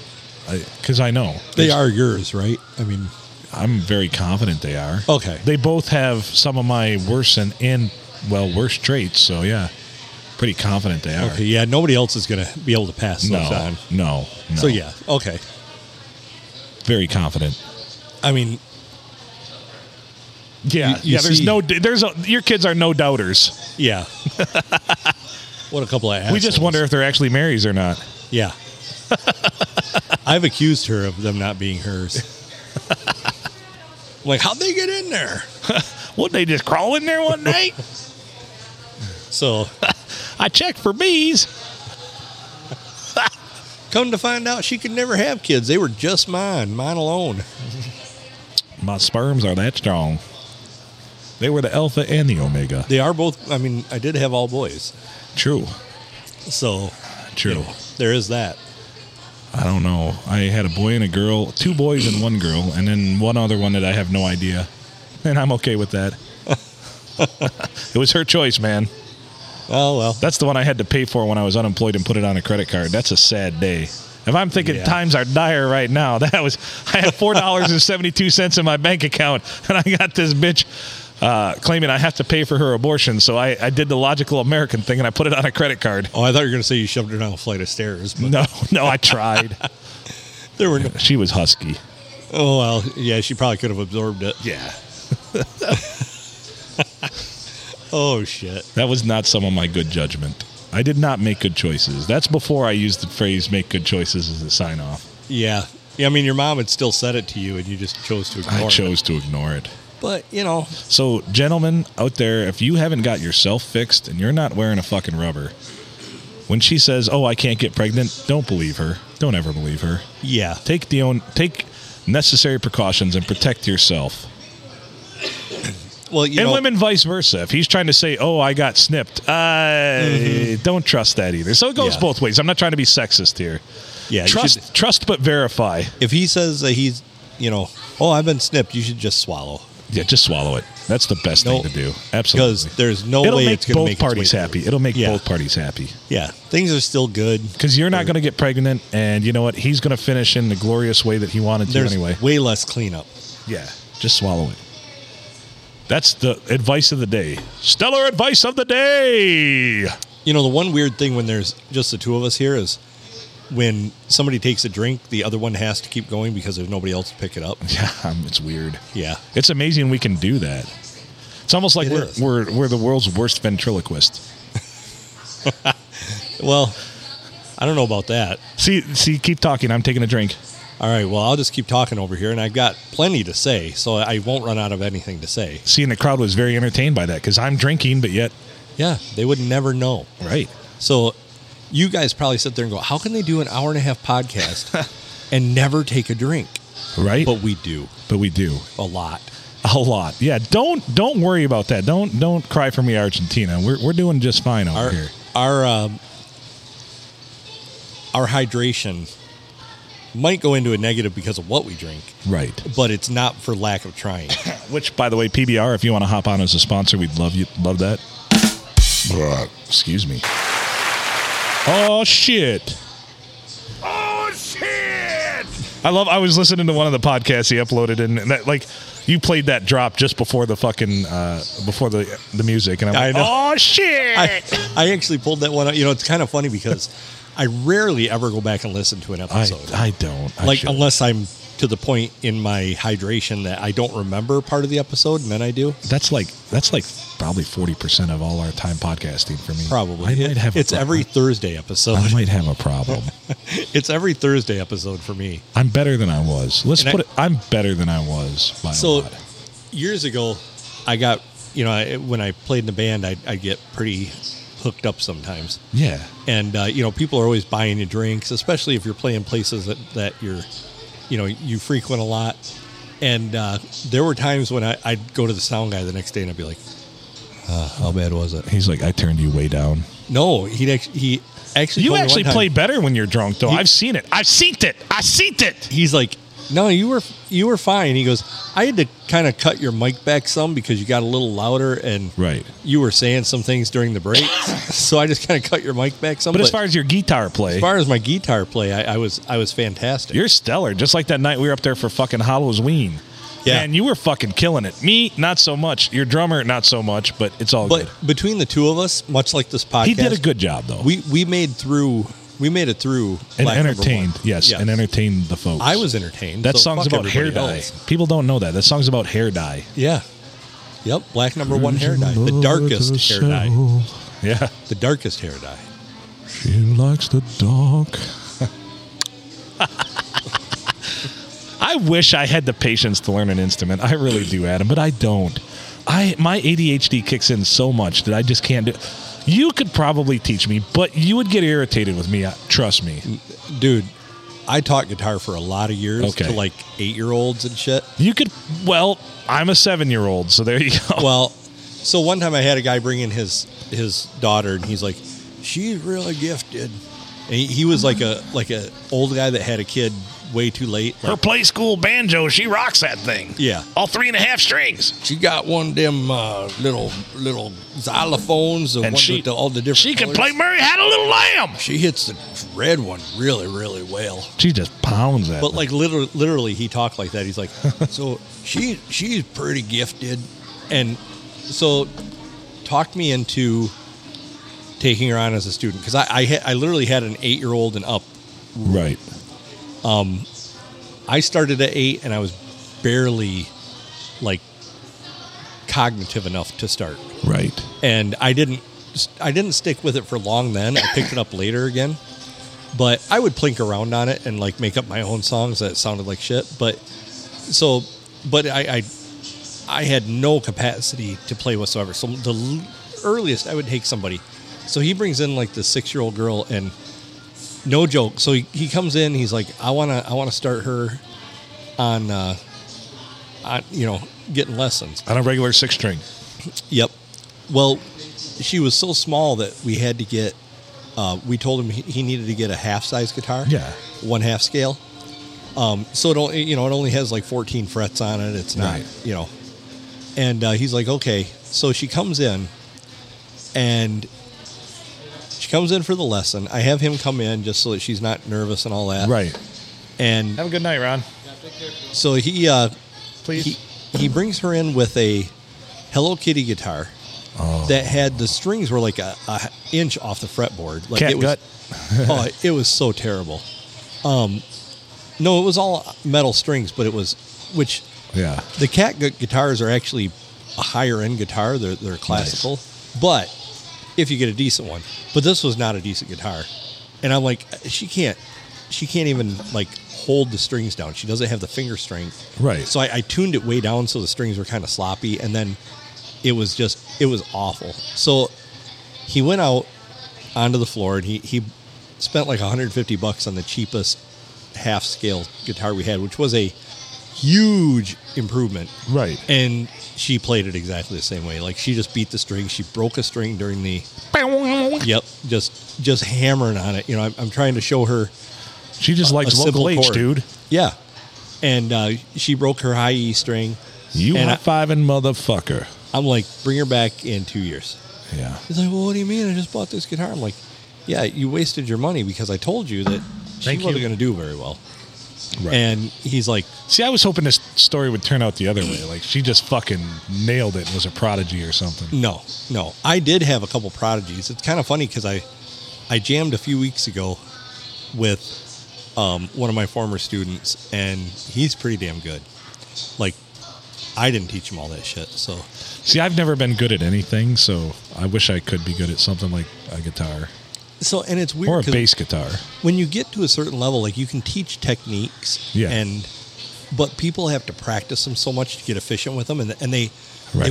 Speaker 2: because I know
Speaker 1: They are yours, right? I mean,
Speaker 2: I'm very confident they are.
Speaker 1: Okay.
Speaker 2: They both have some of my worst and, and well worst traits. So yeah, pretty confident they are.
Speaker 1: okay, yeah, nobody else is going to be able to pass
Speaker 2: No,
Speaker 1: those on.
Speaker 2: no, no.
Speaker 1: So yeah, okay.
Speaker 2: very confident.
Speaker 1: I mean, You-
Speaker 2: Yeah,
Speaker 1: you
Speaker 2: yeah. There's
Speaker 1: see-
Speaker 2: no. There's a, your kids are no doubters. *laughs*
Speaker 1: yeah. what a couple of assholes.
Speaker 2: We just wonder if they're actually Marys or not.
Speaker 1: *laughs* Yeah. I've accused her of them not being *laughs* hers. like, how'd they get in there?
Speaker 2: Would they just crawl in there one night?
Speaker 1: So,
Speaker 2: I checked for bees.
Speaker 1: come to find out, she could never have kids. They were just mine, mine alone.
Speaker 2: My sperms are that strong. They were the alpha and the omega.
Speaker 1: They are both, I mean, I did have all boys.
Speaker 2: True.
Speaker 1: So,
Speaker 2: True.
Speaker 1: you know, there is that.
Speaker 2: I don't know. I had a boy and a girl, two boys and one girl, and then one other one that I have no idea. And I'm okay with that. *laughs* it was her choice, man.
Speaker 1: Oh, well.
Speaker 2: That's the one I had to pay for when I was unemployed and put it on a credit card. That's a sad day. If I'm thinking
Speaker 1: Yeah.
Speaker 2: times are dire right now, *laughs* that was I had four dollars and seventy two cents in my bank account, *laughs* and I got this bitch uh, claiming I have to pay for her abortion. So I, I did the logical American thing and I put it on a credit card. *laughs*
Speaker 1: Oh, I thought you were going to say you shoved her down a flight of stairs, but
Speaker 2: No, no, I tried.
Speaker 1: there were no.
Speaker 2: she was husky.
Speaker 1: Oh, well, yeah, she probably could have absorbed it.
Speaker 2: Yeah,
Speaker 1: Oh, shit.
Speaker 2: that was not some of my good judgment. I did not make good choices. That's before I used the phrase "make good choices" as a sign off.
Speaker 1: Yeah. Yeah, I mean, your mom had still said it to you, and you just chose to ignore
Speaker 2: I
Speaker 1: it.
Speaker 2: chose to ignore it.
Speaker 1: But, you know,
Speaker 2: So, gentlemen out there, if you haven't got yourself fixed and you're not wearing a fucking rubber, when she says, "Oh, I can't get pregnant," don't believe her. Don't ever believe her.
Speaker 1: yeah.
Speaker 2: Take the own take necessary precautions and protect yourself.
Speaker 1: Well, you
Speaker 2: and
Speaker 1: know,
Speaker 2: women vice versa. If he's trying to say, "Oh, I got snipped," uh, don't trust that either. So it
Speaker 1: Mm-hmm.
Speaker 2: goes
Speaker 1: Yeah.
Speaker 2: both ways. I'm not trying to be sexist here.
Speaker 1: yeah, you
Speaker 2: trust,
Speaker 1: should-
Speaker 2: trust, but verify.
Speaker 1: if he says that he's, you know, oh, I've been snipped, you should just swallow
Speaker 2: Yeah, just swallow it. That's the best
Speaker 1: No,
Speaker 2: thing to do.
Speaker 1: because
Speaker 2: Absolutely.
Speaker 1: there's no
Speaker 2: It'll
Speaker 1: way
Speaker 2: make
Speaker 1: it's going to
Speaker 2: both
Speaker 1: make its way
Speaker 2: parties
Speaker 1: through.
Speaker 2: happy. It'll make
Speaker 1: Yeah.
Speaker 2: both parties happy.
Speaker 1: Yeah, things are still good.
Speaker 2: Because you're not going to get pregnant, and you know what? He's going to finish in the glorious way that he wanted to
Speaker 1: There's
Speaker 2: anyway.
Speaker 1: way less cleanup.
Speaker 2: Yeah, just swallow it. That's the advice of the day. Stellar advice of the day. *laughs*
Speaker 1: You know, the one weird thing when there's just the two of us here is when somebody takes a drink, the other one has to keep going because there's nobody else to pick it up.
Speaker 2: Yeah, um, it's weird.
Speaker 1: Yeah,
Speaker 2: It's amazing we can do that. It's almost like
Speaker 1: It
Speaker 2: we're,
Speaker 1: is.
Speaker 2: we're we're the world's worst ventriloquist.
Speaker 1: well, I don't know about that.
Speaker 2: See, see, keep talking. I'm taking a drink.
Speaker 1: All right, well, I'll just keep talking over here, and I've got plenty to say, so I won't run out of anything to say.
Speaker 2: See, and the crowd was very entertained by that because I'm drinking, but yet,
Speaker 1: Yeah, they would never know.
Speaker 2: right?
Speaker 1: So you guys probably sit there and go, how can they do an hour and a half *laughs* podcast and never take a drink?
Speaker 2: Right?
Speaker 1: But we do
Speaker 2: but we do.
Speaker 1: a lot.
Speaker 2: A lot. Yeah. Don't don't worry about that. Don't don't cry for me, Argentina. We're we're doing just fine over
Speaker 1: Our
Speaker 2: here.
Speaker 1: our um, our hydration might go into a negative because of what we drink,
Speaker 2: Right.
Speaker 1: but it's not for lack of trying.
Speaker 2: Which, by the way, PBR, if you want to hop on as a sponsor, we'd love you love that. Bruh, Excuse me. Oh shit.
Speaker 3: Oh shit!
Speaker 2: I love. I was listening to one of the podcasts he uploaded, and that like you played that drop just before the fucking uh, before the the music, and I'm
Speaker 1: I
Speaker 2: like,
Speaker 1: know.
Speaker 2: oh shit.
Speaker 1: I, I actually pulled that one out. You know, it's kind of funny *laughs* because I rarely ever go back and listen to an
Speaker 2: I,
Speaker 1: episode.
Speaker 2: I don't I
Speaker 1: like
Speaker 2: should.
Speaker 1: unless I'm to the point in my hydration that I don't remember part of the episode, and then I do.
Speaker 2: that's like that's like probably forty percent of all our time podcasting for me.
Speaker 1: Probably,
Speaker 2: I might
Speaker 1: It-
Speaker 2: have a
Speaker 1: it's
Speaker 2: pro-
Speaker 1: every Thursday episode.
Speaker 2: I might have a problem.
Speaker 1: *laughs* It's every Thursday episode for me.
Speaker 2: I'm better than I was. Let's
Speaker 1: And I-
Speaker 2: put it. I'm better than I was by a
Speaker 1: So
Speaker 2: lot.
Speaker 1: years ago, I got you know I, when I played in the band, I'd, I'd get pretty hooked up sometimes,
Speaker 2: Yeah,
Speaker 1: and uh, you know people are always buying you drinks, especially if you're playing places that that you're you know you frequent a lot. And uh, there were times when I, I'd go to the sound guy the next day and I'd be like, uh, "How bad was it?"
Speaker 2: he's like, I turned you way down.
Speaker 1: No, he would he actually
Speaker 2: You
Speaker 1: told me
Speaker 2: actually
Speaker 1: one time-
Speaker 2: play better when you're drunk, though.
Speaker 1: He-
Speaker 2: I've seen it. I've seen it. I've seen it.
Speaker 1: He's like, No, you were you were fine. He goes, I had to kind of cut your mic back some because you got a little louder and
Speaker 2: Right.
Speaker 1: you were saying some things during the breaks. *laughs* so I just kind of cut your mic back some.
Speaker 2: But as far as your guitar play,
Speaker 1: as far as my guitar play, I, I was I was fantastic.
Speaker 2: you're stellar. Just like that night we were up there for fucking Halloween.
Speaker 1: Yeah.
Speaker 2: And you were fucking killing it. Me, not so much. Your drummer, not so much, but it's all
Speaker 1: but
Speaker 2: good.
Speaker 1: between the two of us, much like this podcast,
Speaker 2: He did a good job though.
Speaker 1: We we made through. We made it through.
Speaker 2: and
Speaker 1: black number one.
Speaker 2: entertained, yes,
Speaker 1: Yes.
Speaker 2: and entertained the folks.
Speaker 1: I was entertained.
Speaker 2: that
Speaker 1: so
Speaker 2: song's
Speaker 1: fuck
Speaker 2: about hair
Speaker 1: everybody
Speaker 2: dye.
Speaker 1: else.
Speaker 2: People don't know that. That song's about hair dye.
Speaker 1: Yeah. Yep. Black number one hair dye. The darkest hair dye.
Speaker 2: Yeah.
Speaker 1: The darkest hair dye.
Speaker 2: She likes the dark. *laughs* I wish I had the patience to learn an instrument. I really do, Adam, but I don't. I my ADHD kicks in so much that I just can't do. You could probably teach me, but you would get irritated with me. uh, Trust me.
Speaker 1: Dude, I taught guitar for a lot of years
Speaker 2: Okay.
Speaker 1: to like eight year olds and shit.
Speaker 2: You could. Well, I'm a seven year old, so there you go.
Speaker 1: Well, so one time I had a guy bring in his his daughter, and he's like, "She's really gifted." And he, he was like a like a old guy that had a kid way too late.
Speaker 2: Her play school banjo, she rocks that thing.
Speaker 1: Yeah.
Speaker 2: all three and a half strings,
Speaker 1: She got one of them uh, little little xylophones, and
Speaker 2: and she She can play Murray Had a Little Lamb.
Speaker 1: She hits the red one really really well.
Speaker 2: She just pounds that.
Speaker 1: But like literally, literally, he talked like that. He's like, *laughs* so she she's pretty gifted, and so talked me into taking her on as a student because I I, ha- I literally had an eight year old and up.
Speaker 2: right.
Speaker 1: I started at eight and I was barely like cognitive enough to start,
Speaker 2: Right.
Speaker 1: and I didn't I didn't stick with it for long. Then I picked it up later again. But I would plink around on it and like make up my own songs that sounded like shit. But so but I, I I had no capacity to play whatsoever. So the l- earliest I would take somebody. So he brings in like the six year old girl and no joke. So he, he comes in, he's like, I wanna I wanna start her on uh on you know, getting lessons.
Speaker 2: On a regular six string.
Speaker 1: Yep. Well, she was so small that we had to get. Uh, we told him he, he needed to get a half size guitar.
Speaker 2: Yeah.
Speaker 1: One half scale. Um, so it only you know it only has like 14 frets on it. It's not
Speaker 2: Right.
Speaker 1: you know. And uh, he's like, okay. So she comes in, and she comes in for the lesson. I have him come in just so that she's not nervous and all that.
Speaker 2: Right.
Speaker 1: And
Speaker 2: Have a good night, Ron.
Speaker 1: so he uh,
Speaker 2: Please.
Speaker 1: he, he brings her in with a Hello Kitty guitar that had the strings were like a, a inch off the fretboard. Like
Speaker 2: Cat
Speaker 1: it was,
Speaker 2: gut.
Speaker 1: *laughs* oh, it was so terrible. Um, no, it was all metal strings, but it was which
Speaker 2: yeah.
Speaker 1: the cat gut guitars are actually a higher end guitar. They're they're classical, but if you get a decent one, but this was not a decent guitar, and I'm like, she can't, she can't even like hold the strings down. She doesn't have the finger strength.
Speaker 2: Right.
Speaker 1: So I, I tuned it way down so the strings were kind of sloppy, and then it was just it was awful. So he went out onto the floor and he he spent like 150 bucks on the cheapest half scale guitar we had, which was a huge improvement.
Speaker 2: Right.
Speaker 1: And she played it exactly the same way. Like she just beat the string. She broke a string during the yep, just just hammering on it. You know, I'm, I'm trying to show her
Speaker 2: She just likes
Speaker 1: a
Speaker 2: local
Speaker 1: simple
Speaker 2: H,
Speaker 1: chord.
Speaker 2: dude.
Speaker 1: Yeah, and uh, she broke her high E string.
Speaker 2: You
Speaker 1: And I-
Speaker 2: high fiving motherfucker.
Speaker 1: I'm like, bring her back in two years.
Speaker 2: Yeah.
Speaker 1: He's like, well, what do you mean? I just bought this guitar. I'm like, yeah, you wasted your money because I told you that she
Speaker 2: Thank
Speaker 1: wasn't
Speaker 2: you.
Speaker 1: going to do very well.
Speaker 2: Right.
Speaker 1: And he's like,
Speaker 2: See, I was hoping this story would turn out the other way. Like she just fucking nailed it and was a prodigy or something.
Speaker 1: no, no. I did have a couple prodigies. It's kind of funny because I, I jammed a few weeks ago with um, one of my former students, and he's pretty damn good. Like, I didn't teach him all that shit. So,
Speaker 2: See, I've never been good at anything, so I wish I could be good at something like a guitar
Speaker 1: so and it's weird
Speaker 2: or a
Speaker 1: 'cause-
Speaker 2: bass guitar.
Speaker 1: when you get to a certain level, like you can teach techniques,
Speaker 2: Yeah.
Speaker 1: and but people have to practice them so much to get efficient with them, and and they
Speaker 2: Right.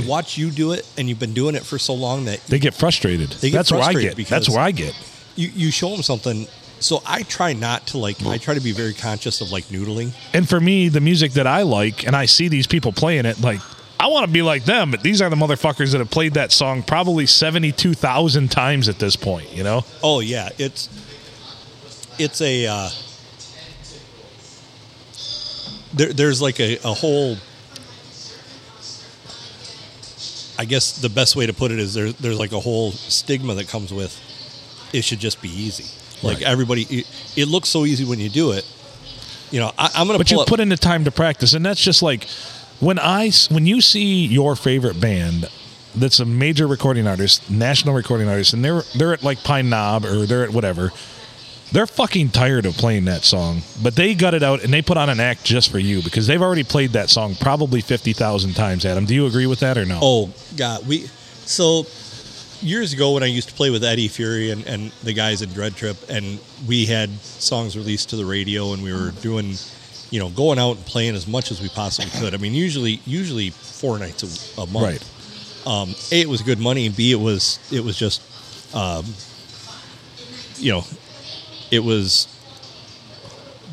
Speaker 1: they watch you do it, and you've been doing it for so long that
Speaker 2: They get frustrated.
Speaker 1: They get
Speaker 2: That's where I
Speaker 1: frustrated
Speaker 2: get.
Speaker 1: because-
Speaker 2: That's where I get.
Speaker 1: you you show them something. So I try not to like. I try to be very conscious of like noodling.
Speaker 2: And for me, the music that I like, and I see these people playing it, like I want to be like them. But these are the motherfuckers that have played that song probably seventy-two thousand times at this point. You know?
Speaker 1: Oh yeah, it's it's a uh, there, there's like a, a whole i guess the best way to put it is there, there's like a whole stigma that comes with it should just be easy like
Speaker 2: Right.
Speaker 1: everybody it, it looks so easy when you do it you know I, i'm gonna
Speaker 2: But
Speaker 1: pull
Speaker 2: you
Speaker 1: up,
Speaker 2: put in the time to practice, and that's just like when I s- when you see your favorite band that's a major recording artist, national recording artist, and they're they're at like Pine Knob or they're at whatever. They're fucking tired of playing that song, but they gut it out and they put on an act just for you because they've already played that song probably fifty thousand times. Adam, do you agree with that or no?
Speaker 1: Oh God, we so years ago when I used to play with Eddie Fury and, and the guys in Dread Trip, and we had songs released to the radio, and we were doing, you know, going out and playing as much as we possibly could. I mean, usually usually four nights a, a month.
Speaker 2: right.
Speaker 1: Um, a it was good money, and B it was it was just, um, you know, it was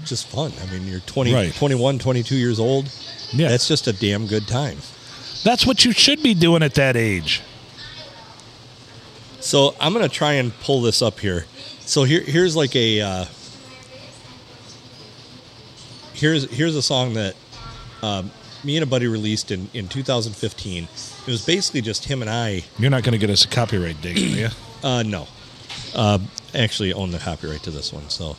Speaker 1: just fun. I mean, you're 20,
Speaker 2: Right.
Speaker 1: 21, 22 years old.
Speaker 2: Yeah.
Speaker 1: that's just a damn good time.
Speaker 2: That's what you should be doing at that age.
Speaker 1: So I'm gonna try and pull this up here. So here, here's like a uh, here's here's a song that um, me and a buddy released in in 2015. It was basically just him and I.
Speaker 2: You're not going to get us a copyright date,
Speaker 1: *clears throat*
Speaker 2: are you?
Speaker 1: Uh, no, uh, I actually own the copyright to this one. So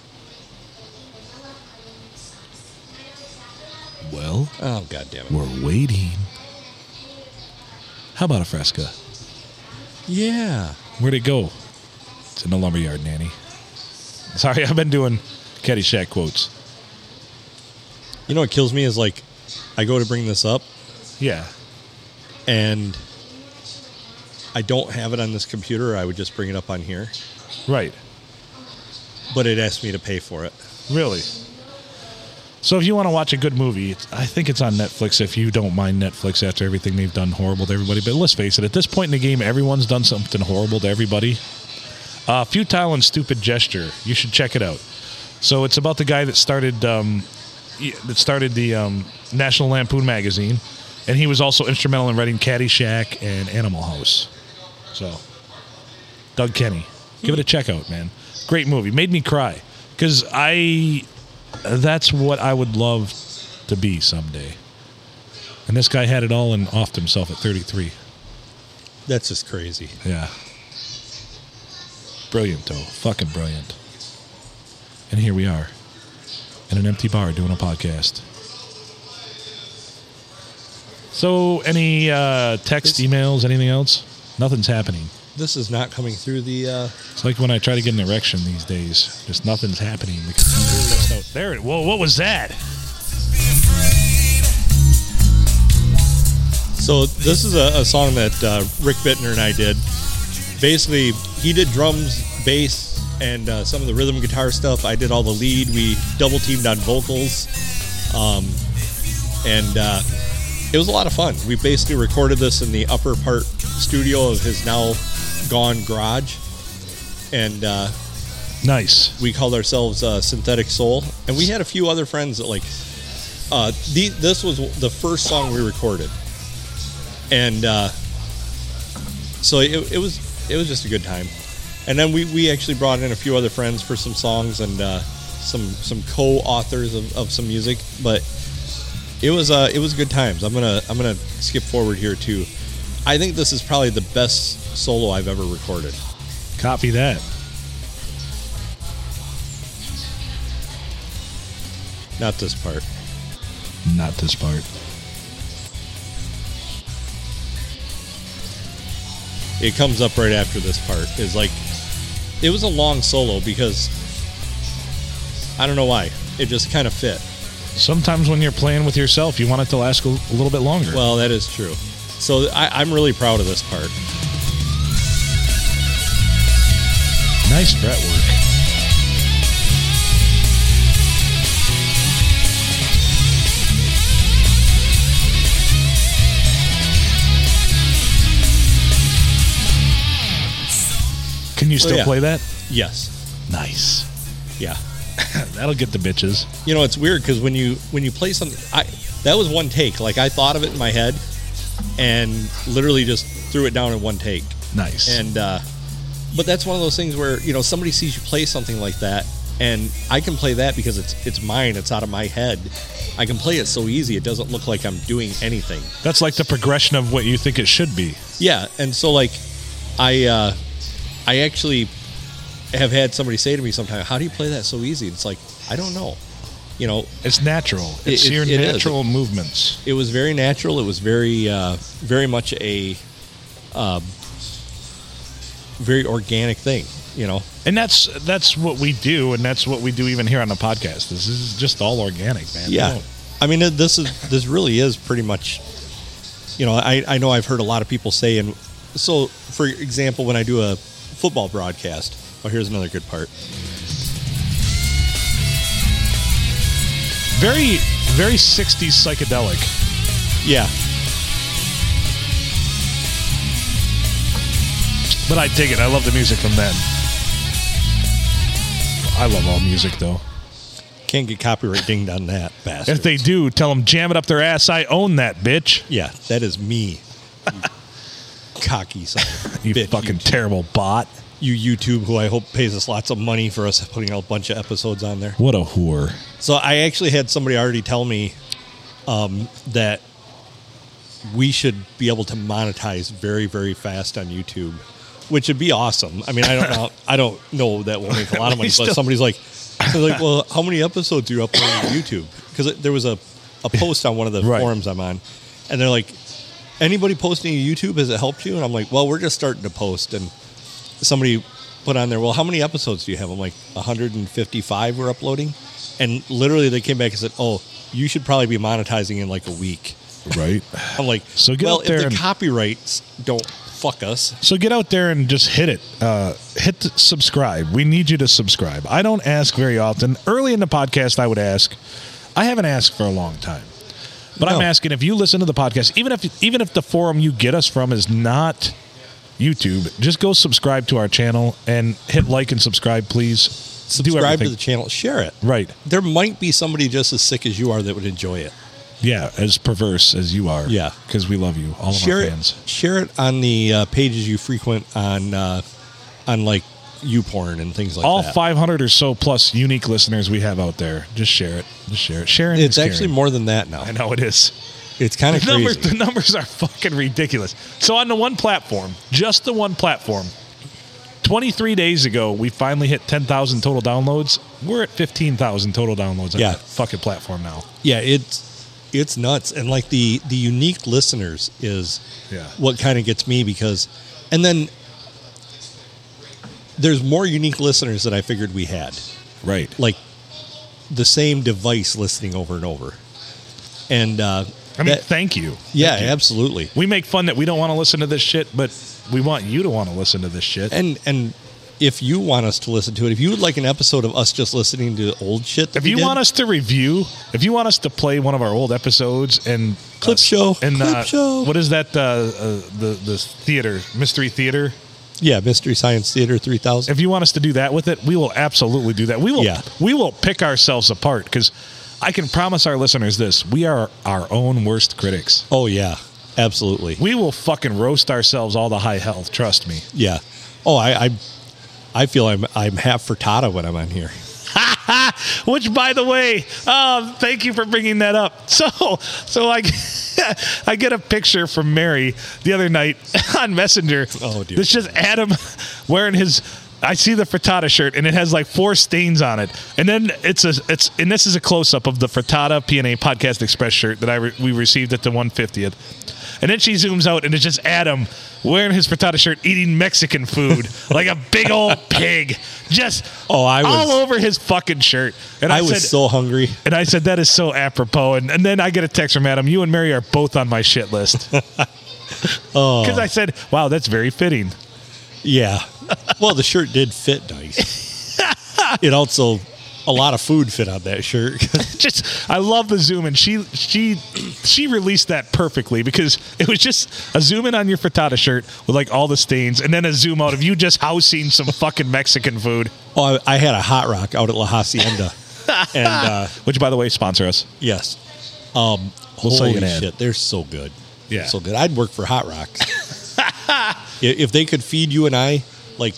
Speaker 2: Well,
Speaker 1: oh god damn it.
Speaker 2: we're waiting. How about a fresca?
Speaker 1: Yeah.
Speaker 2: Where'd it go? It's in the lumberyard, Nanny. Sorry, *laughs* I've been doing Caddyshack quotes.
Speaker 1: You know what kills me is like I go to bring this up
Speaker 2: Yeah.
Speaker 1: and I don't have it on this computer. I would just bring it up on here,
Speaker 2: Right.
Speaker 1: but it asked me to pay for it.
Speaker 2: Really. So if you want to watch a good movie, it's, I think it's on Netflix if you don't mind Netflix after everything they've done horrible to everybody. But let's face it, at this point in the game, everyone's done something horrible to everybody. Uh, futile and Stupid Gesture. You should check it out. So it's about the guy that started um, y- that started the um, National Lampoon magazine, and he was also instrumental in writing Caddyshack and Animal House. So, Doug Kenny, give it a check out, man. Great movie, made me cry because I that's what I would love to be someday. And this guy had it all and offed himself at 33.
Speaker 1: That's just crazy.
Speaker 2: Yeah. Brilliant, though. Fucking brilliant. And here we are in an empty bar doing a podcast. So, any uh, text, emails, anything else? Nothing's happening.
Speaker 1: This is not coming through the. Uh,
Speaker 2: It's like when I try to get an erection these days, just nothing's happening. Because I'm very stressed out. there it. Whoa, what was that?
Speaker 1: so this is a, a song that uh, Rick Bittner and I did. Basically, he did drums, bass, and uh, some of the rhythm guitar stuff. I did all the lead. We double teamed on vocals, um, and uh, it was a lot of fun. We basically recorded this in the upper part studio of his now gone garage, and uh,
Speaker 2: Nice.
Speaker 1: we called ourselves uh, Synthetic Soul, and we had a few other friends that like. Uh, the, this was the first song we recorded, and uh, so it, it was it was just a good time. And then we, we actually brought in a few other friends for some songs and uh, some some co-authors of, of some music, but it was uh, it was good times. I'm gonna I'm gonna skip forward here too. I think this is probably the best solo I've ever recorded.
Speaker 2: Copy that.
Speaker 1: Not this part.
Speaker 2: Not this part.
Speaker 1: it comes up right after this part is like it was a long solo because i don't know why it just kind of fit
Speaker 2: Sometimes when you're playing with yourself, you want it to last a l- a little bit longer.
Speaker 1: well that is true so I, i'm really proud of this part
Speaker 2: nice fret work. Can you still
Speaker 1: yeah.
Speaker 2: play that?
Speaker 1: yes
Speaker 2: Nice.
Speaker 1: yeah
Speaker 2: That'll get the bitches.
Speaker 1: you know it's weird because when you when you play something i that was one take like i thought of it in my head and literally just threw it down in one take
Speaker 2: Nice.
Speaker 1: and uh but that's one of those things where you know somebody sees you play something like that and I can play that because it's it's mine. It's out of my head. I can play it so easy. It doesn't look like I'm doing anything.
Speaker 2: That's like the progression of what you think it should be.
Speaker 1: Yeah, and so like, I uh, I actually have had somebody say to me sometime, "How do you play that so easy?" It's like I don't know. You know,
Speaker 2: It's natural.
Speaker 1: It-
Speaker 2: It's
Speaker 1: it-
Speaker 2: your
Speaker 1: it is.
Speaker 2: natural movements.
Speaker 1: it was very natural. It was very uh, very much a uh, very organic thing. You know,
Speaker 2: And that's that's what we do, and that's what we do even here on the podcast. This is just all organic, man.
Speaker 1: Yeah,
Speaker 2: No.
Speaker 1: I mean it- this is this really is pretty much. You know, I I know I've heard a lot of people say, and so for example, when I do a football broadcast, oh here's another good part.
Speaker 2: Very very 60s psychedelic.
Speaker 1: Yeah,
Speaker 2: But I dig it. I love the music from then. I love all music though.
Speaker 1: can't get copyright dinged on that bastard.
Speaker 2: If they do, tell them jam it up their ass. I own that bitch.
Speaker 1: yeah, that is me. you cocky son, of a
Speaker 2: You
Speaker 1: bitch.
Speaker 2: fucking terrible bot.
Speaker 1: you, you YouTube, who I hope pays us lots of money for us putting out a bunch of episodes on there.
Speaker 2: What a whore.
Speaker 1: So I actually had somebody already tell me um, that we should be able to monetize very, very fast on YouTube, which would be awesome. I mean, I don't know, I don't know that we'll make a lot of money,
Speaker 2: We
Speaker 1: but
Speaker 2: still-
Speaker 1: somebody's like, they're like, well, how many episodes are you uploading to YouTube? Because there was a, a post on one of the
Speaker 2: Right.
Speaker 1: forums I'm on, and they're like, anybody posting to YouTube has it helped you? And I'm like, well, we're just starting to post, and somebody put on there, well, how many episodes do you have? I'm like, 155 we're uploading. And literally they came back and said, oh, you should probably be monetizing in like a week.
Speaker 2: Right.
Speaker 1: I'm like,
Speaker 2: So get
Speaker 1: well,
Speaker 2: out there
Speaker 1: if the
Speaker 2: and-
Speaker 1: copyrights don't fuck us,
Speaker 2: So get out there and just hit it. Uh, hit the subscribe. We need you to subscribe. I don't ask very often. Early in the podcast, I would ask. I haven't asked for a long time, but I'm
Speaker 1: No.
Speaker 2: asking if you listen to the podcast, even if even if the forum you get us from is not YouTube, just go subscribe to our channel and hit like and subscribe, please.
Speaker 1: subscribe to the channel, share it.
Speaker 2: right.
Speaker 1: There might be somebody just as sick as you are that would enjoy it.
Speaker 2: Yeah, as perverse as you are.
Speaker 1: Yeah.
Speaker 2: because we love you, all of
Speaker 1: Share
Speaker 2: our
Speaker 1: it.
Speaker 2: fans.
Speaker 1: Share it on the uh, pages you frequent on, uh, on like YouPorn and things like
Speaker 2: all
Speaker 1: that.
Speaker 2: 500 or so plus unique listeners we have out there. Just share it. Just share it. Sharing.
Speaker 1: It's
Speaker 2: is caring.
Speaker 1: actually more than that now.
Speaker 2: I know it is.
Speaker 1: It's kind of
Speaker 2: The numbers,
Speaker 1: crazy.
Speaker 2: the numbers are fucking ridiculous. So on the one platform, just the one platform, 23 days ago, we finally hit 10,000 total downloads. We're at 15,000 total downloads on
Speaker 1: Yeah.
Speaker 2: that fucking platform now.
Speaker 1: yeah it's it's nuts and like the the unique listeners is
Speaker 2: Yeah.
Speaker 1: what kind of gets me because and then there's more unique listeners that i figured we had
Speaker 2: Right.
Speaker 1: like the same device listening over and over and uh
Speaker 2: I mean,
Speaker 1: that-
Speaker 2: thank you.
Speaker 1: yeah
Speaker 2: Thank you.
Speaker 1: absolutely
Speaker 2: We make fun that we don't want to listen to this shit, but we want you to want to listen to this shit.
Speaker 1: and and if you want us to listen to it if you would like an episode of us just listening to old shit that
Speaker 2: if
Speaker 1: we
Speaker 2: you
Speaker 1: did,
Speaker 2: want us to review, if you want us to play one of our old episodes and
Speaker 1: Clip
Speaker 2: uh,
Speaker 1: show,
Speaker 2: and
Speaker 1: clip
Speaker 2: uh,
Speaker 1: show.
Speaker 2: what is that? Uh, uh, the the theater mystery theater.
Speaker 1: yeah mystery science theater 3000
Speaker 2: If you want us to do that with it, we will absolutely do that. We will
Speaker 1: Yeah.
Speaker 2: we will pick ourselves apart because I can promise our listeners this: we are our own worst critics.
Speaker 1: oh yeah absolutely
Speaker 2: We will fucking roast ourselves all the high hell. Trust me.
Speaker 1: Yeah. Oh, I, I, I feel I'm I'm half frittata when I'm on here.
Speaker 2: *laughs* Which, by the way, um, thank you for bringing that up. *laughs* So, so I, *laughs* I get a picture from Mary the other night *laughs* on Messenger.
Speaker 1: Oh, dear.
Speaker 2: It's just Adam *laughs* wearing his. I see the frittata shirt, and it has like four stains on it. And then it's a it's and this is a close up of the frittata PNA Podcast Express shirt that I re- we received at the 150th. And then she zooms out, and it's just Adam wearing his frittata shirt eating Mexican food *laughs* like a big old pig. Just
Speaker 1: Oh, I was-
Speaker 2: all over his fucking shirt. And
Speaker 1: I,
Speaker 2: I,
Speaker 1: was
Speaker 2: said,
Speaker 1: so hungry.
Speaker 2: and I said that is so apropos. And, and then I get a text from Adam. You and Mary are both on my shit
Speaker 1: *laughs*
Speaker 2: list. Because
Speaker 1: Oh.
Speaker 2: I said, wow, that's very fitting.
Speaker 1: Yeah. Well, the shirt did fit nice.
Speaker 2: *laughs*
Speaker 1: it also a lot of food fit on that shirt. *laughs*
Speaker 2: just I love the zoom in. She she she released that perfectly because it was just a zoom in on your frittata shirt with like all the stains, and then a zoom out of you just housing some fucking Mexican food.
Speaker 1: oh, I, I had a hot rock out at La Hacienda, and uh,
Speaker 2: Which, by the way, sponsor us.
Speaker 1: yes, um,
Speaker 2: We'll sell you
Speaker 1: holy
Speaker 2: an ad.
Speaker 1: shit, they're so good.
Speaker 2: Yeah.
Speaker 1: so good. I'd work for Hot
Speaker 2: *laughs*
Speaker 1: Rocks I- if they could feed you and I like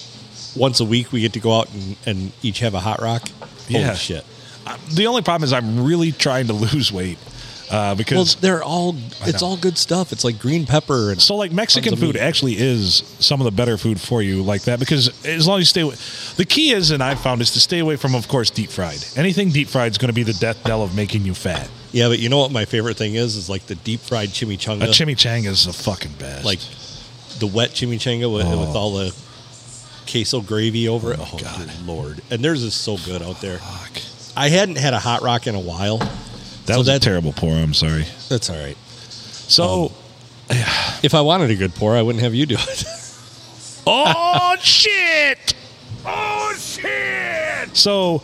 Speaker 1: once a week. We get to go out and, and each have a hot rock. Holy
Speaker 2: Yeah.
Speaker 1: shit.
Speaker 2: I- the only problem is I'm really trying to lose weight
Speaker 1: Well,
Speaker 2: uh, because
Speaker 1: they're all it's all good stuff. It's like green pepper and
Speaker 2: so like Mexican
Speaker 1: Tons of
Speaker 2: food
Speaker 1: meat.
Speaker 2: actually is some of the better food for you like that because as long as you stay away, the key is and I found is to stay away from of course deep fried anything deep fried is going to be the death knell of making you fat
Speaker 1: yeah. But you know what my favorite thing is is like the deep fried chimichanga,
Speaker 2: a chimichanga is the fucking best
Speaker 1: like the wet chimichanga with,
Speaker 2: Oh.
Speaker 1: with all the queso gravy over it. Oh,
Speaker 2: God.
Speaker 1: good lord! And theirs is so good out there.
Speaker 2: Fuck.
Speaker 1: I hadn't had a hot rock in a while.
Speaker 2: that
Speaker 1: So
Speaker 2: was a
Speaker 1: that-
Speaker 2: terrible pour I'm sorry Um,
Speaker 1: That's all right.
Speaker 2: so
Speaker 1: If I wanted a good pour, I wouldn't have you do it. *laughs*
Speaker 2: oh shit
Speaker 3: Oh shit!
Speaker 2: So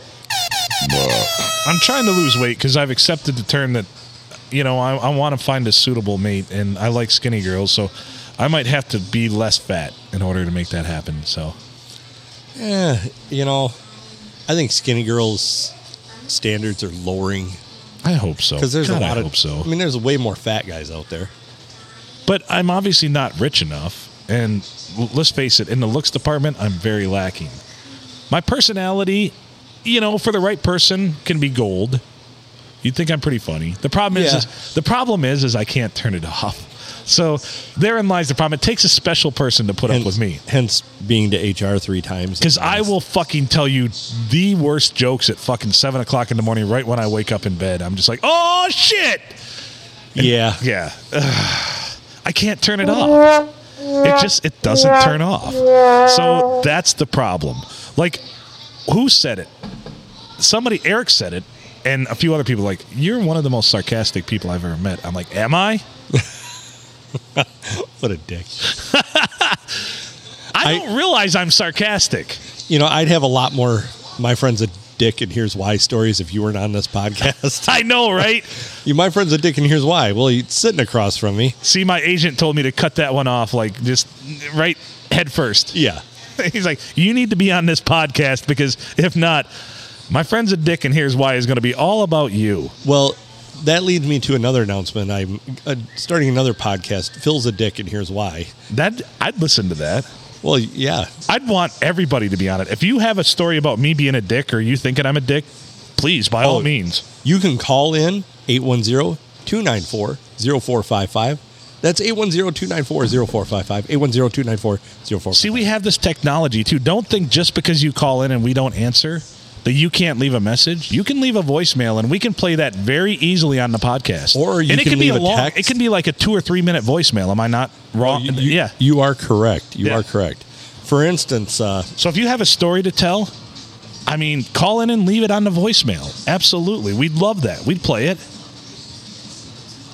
Speaker 2: I'm trying to lose weight because I've accepted the term that, you know, I, I want to find a suitable mate and I like skinny girls. So I might have to be less fat in order to make that happen. So
Speaker 1: Eh, you know, I think skinny girls' standards are lowering
Speaker 2: I hope so.
Speaker 1: because there's
Speaker 2: God,
Speaker 1: a lot
Speaker 2: I
Speaker 1: of.
Speaker 2: hope so.
Speaker 1: I mean, there's way more fat guys out there.
Speaker 2: but I'm obviously not rich enough. And l- let's face it, in the looks department, I'm very lacking. My personality, you know, for the right person, can be gold. You'd think I'm pretty funny. The problem is,
Speaker 1: Yeah.
Speaker 2: is the problem is, is I can't turn it *laughs* off. So therein lies the problem. It takes a special person to put up with me
Speaker 1: Hence, being to HR three times
Speaker 2: because I will fucking tell you the worst jokes at fucking seven o'clock in the morning, right when I wake up in bed. I'm just like, oh shit.
Speaker 1: Yeah,
Speaker 2: Yeah. *sighs* I can't turn it off. It just it doesn't turn off. So that's the problem. Like who said it? Somebody Eric said it and a few other people like you're one of the most sarcastic people I've ever met. I'm like, "Am I?"
Speaker 1: what a dick.
Speaker 2: I,
Speaker 1: I-
Speaker 2: don't realize I'm sarcastic.
Speaker 1: You know, I'd have a lot more. My friend's a dick, and here's why stories. If you weren't on this podcast, *laughs*
Speaker 2: I know, right? *laughs*
Speaker 1: you, my friend's a dick, and here's why. Well, he's sitting across from me.
Speaker 2: See, my agent told me to cut that one off like just right head first. *laughs*
Speaker 1: Yeah,
Speaker 2: He's like, you need to be on this podcast because if not, my friend's a dick, and here's why is going to be all about you.
Speaker 1: Well, that leads me to another announcement. I'm uh, starting another podcast. Phil's a dick, and here's why.
Speaker 2: That I'd listen to that.
Speaker 1: Well, yeah,
Speaker 2: I'd want everybody to be on it. If you have a story about me being a dick or you thinking I'm a dick, please by all
Speaker 1: Oh.
Speaker 2: means.
Speaker 1: you can call in 810-294-0455. That's 810-294-0455. 810-294-0455.
Speaker 2: See, we have this technology too. Don't think just because you call in and we don't answer that you can't leave a message. You can leave a voicemail and we can play that very easily on the podcast.
Speaker 1: Or you
Speaker 2: and it
Speaker 1: can
Speaker 2: be
Speaker 1: leave a
Speaker 2: long,
Speaker 1: text.
Speaker 2: It can be like a two or three minute voicemail. Am I not wrong?
Speaker 1: You- you-
Speaker 2: yeah.
Speaker 1: You are correct. You
Speaker 2: Yeah.
Speaker 1: are correct. For instance, uh,
Speaker 2: So if you have a story to tell, I mean, call in and leave it on the voicemail. Absolutely. We'd love that. We'd play it.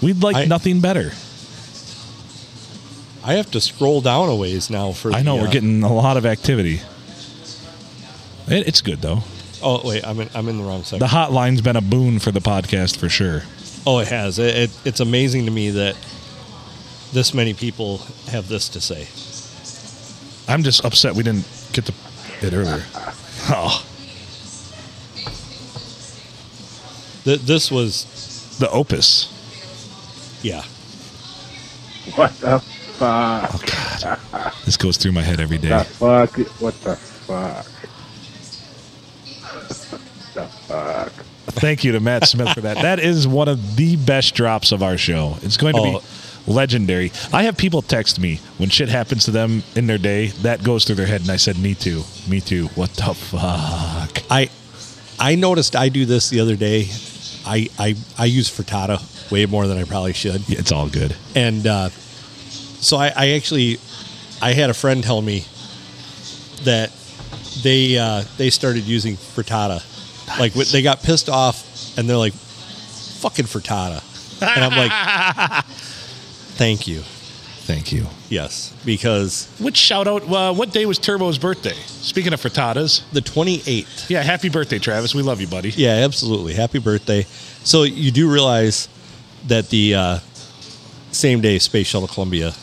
Speaker 2: We'd like
Speaker 1: I-
Speaker 2: nothing better.
Speaker 1: I have to scroll down a ways now for
Speaker 2: I
Speaker 1: the,
Speaker 2: know
Speaker 1: uh,
Speaker 2: we're getting a lot of activity. It, it's good though.
Speaker 1: Oh, wait, I'm in, I'm in the wrong section.
Speaker 2: The hotline's been a boon for the podcast for sure.
Speaker 1: Oh, it has. It, it, it's amazing to me that this many people have this to say.
Speaker 2: I'm just upset we didn't get to it earlier. Oh,
Speaker 1: Th- this was,
Speaker 2: the opus.
Speaker 1: yeah.
Speaker 4: What the fuck?
Speaker 2: Oh God, this goes through my head every day.
Speaker 4: The fuck? What the fuck? the fuck?
Speaker 2: Thank you to Matt Smith for that. That is one of the best drops of our show. It's going to
Speaker 1: Oh.
Speaker 2: be legendary. I have people text me when shit happens to them in their day. That goes through their head, and I said, "Me too, me too." What the fuck?
Speaker 1: I I noticed I do this the other day. I I, I use frittata way more than I probably should,
Speaker 2: Yeah, It's all good.
Speaker 1: and uh, so I, I actually I had a friend tell me that they uh, they started using frittata, like wh- they got pissed off and they're like, "Fucking frittata," and I'm like, "Thank you."
Speaker 2: Thank you.
Speaker 1: Yes, because
Speaker 2: Which shout out? Uh, what day was Turbo's birthday? Speaking of frittatas,
Speaker 1: the 28th
Speaker 2: yeah, happy birthday, Travis. We love you, buddy.
Speaker 1: Yeah, absolutely. Happy birthday. So you do realize that the uh, same day Space Shuttle Columbia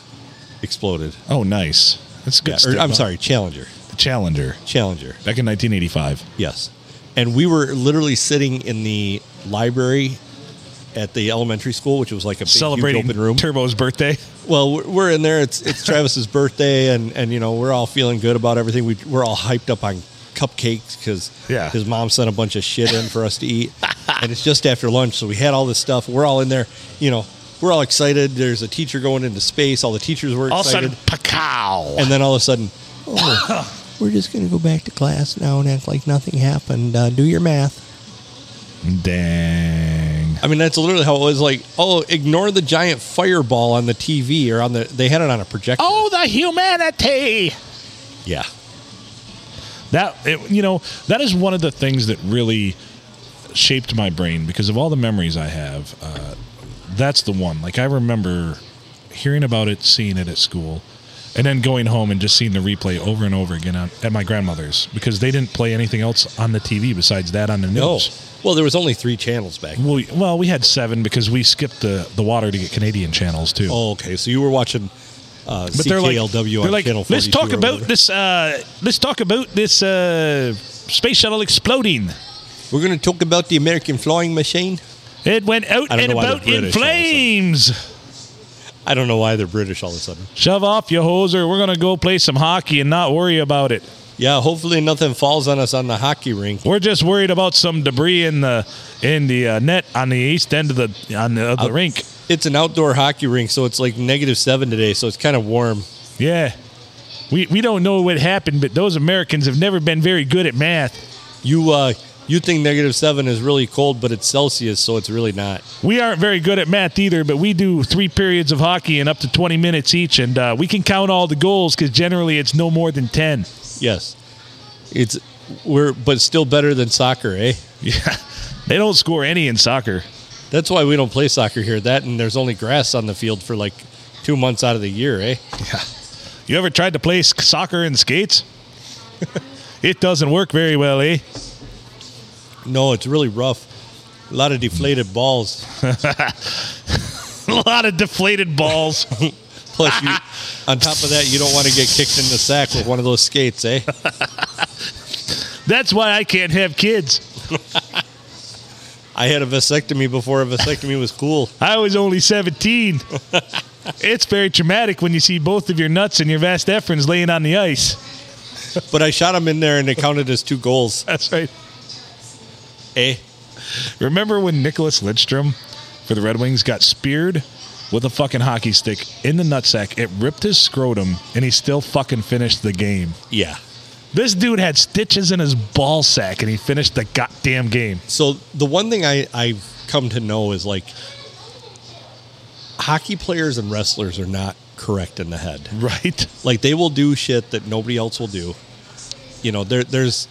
Speaker 1: exploded.
Speaker 2: Oh, nice. That's good.
Speaker 1: Yeah,
Speaker 2: stuff.
Speaker 1: or, I'm sorry, Challenger.
Speaker 2: Challenger.
Speaker 1: Challenger.
Speaker 2: Back in 1985.
Speaker 1: Yes. And we were literally sitting in the library at the elementary school, which was like a big,
Speaker 2: Celebrating
Speaker 1: huge open room.
Speaker 2: Turbo's birthday.
Speaker 1: well, we're- we're in there. It's it's Travis's birthday, and and you know we're all feeling good about everything. We we're all hyped up on cupcakes because
Speaker 2: Yeah.
Speaker 1: his mom sent a bunch of shit in for us to *laughs* eat. and it's just after lunch, so we had all this stuff. We're all in there, you know, we're all excited. There's a teacher going into space. All the teachers were
Speaker 2: All of a
Speaker 1: excited.
Speaker 2: sudden, pacow.
Speaker 1: and then all of a *coughs* sudden, "Oh, we're just going to go back to class now and act like nothing happened. Uh, do your math.
Speaker 2: Dang.
Speaker 1: I mean, that's literally how it was. Like, oh, ignore the giant fireball on the TV or on the. They had it on a projector.
Speaker 2: Oh, the humanity.
Speaker 1: yeah,
Speaker 2: That it, you know, that is one of the things that really shaped my brain because of all the memories I have. Uh, that's the one. Like I remember hearing about it, seeing it at school, and then going home and just seeing the replay over and over again on, at my grandmother's because they didn't play anything else on the TV besides that on the
Speaker 1: no.
Speaker 2: news.
Speaker 1: Well, there was only three channels back. then.
Speaker 2: Well, we- well, we had seven because we skipped the, the water to get Canadian channels too.
Speaker 1: Oh, okay. So you were watching uh,
Speaker 2: but they're like,
Speaker 1: CKLW on
Speaker 2: they're like,
Speaker 1: channel.
Speaker 2: let's
Speaker 1: 42
Speaker 2: talk
Speaker 1: or
Speaker 2: about
Speaker 1: whatever.
Speaker 2: this. Uh, let's talk about this uh, space shuttle exploding.
Speaker 1: We're going to talk about the American flying machine.
Speaker 2: It went out
Speaker 1: I don't
Speaker 2: and
Speaker 1: know why
Speaker 2: about
Speaker 1: they're
Speaker 2: in
Speaker 1: British all of a sudden.
Speaker 2: flames.
Speaker 1: I don't know why they're British all of a sudden.
Speaker 2: Shove off your hoser. We're gonna go play some hockey and not worry about it.
Speaker 1: Yeah, hopefully nothing falls on us on the hockey rink.
Speaker 2: We're just worried about some debris in the in the uh, net on the east end of the on the, of
Speaker 1: Uh,
Speaker 2: the rink.
Speaker 1: It's an outdoor hockey rink, so it's like negative seven today, so it's kind of warm.
Speaker 2: Yeah, we we don't know what happened, but those Americans have never been very good at math.
Speaker 1: You uh, you think negative seven is really cold, but it's Celsius, so it's really not.
Speaker 2: We aren't very good at math either, but we do three periods of hockey in up to 20 minutes each, and uh, we can count all the goals because generally it's no more than 10.
Speaker 1: Yes, it's we're but still better than soccer, eh?
Speaker 2: Yeah, they don't score any in soccer.
Speaker 1: That's why we don't play soccer here. That and there's only grass on the field for like two months out of the year, eh?
Speaker 2: You ever tried to play sk- soccer in skates? *laughs* it doesn't work very well, eh? *laughs*
Speaker 1: No, it's really rough. A lot of deflated balls.
Speaker 2: A lot of deflated balls. *laughs*
Speaker 1: Plus, *laughs* you, on top of that, you don't want to get kicked in the sack with one of those skates, eh?
Speaker 2: That's why I can't have kids.
Speaker 1: I had a vasectomy before a vasectomy was cool.
Speaker 2: I was only 17. *laughs* it's very traumatic when you see both of your nuts and your vas deferens laying on the ice.
Speaker 1: But I shot him in there and it counted as two goals,
Speaker 2: That's right.
Speaker 1: eh?
Speaker 2: Remember when Nicholas Lidstrom for the Red Wings got speared with a fucking hockey stick in the nutsack? It ripped his scrotum and he still fucking finished the game.
Speaker 1: Yeah.
Speaker 2: This dude had stitches in his ball sack and he finished the goddamn game.
Speaker 1: So the one thing I, I've come to know is like hockey players and wrestlers are not correct in the head.
Speaker 2: *laughs* Right?
Speaker 1: Like they will do shit that nobody else will do. You know, there there's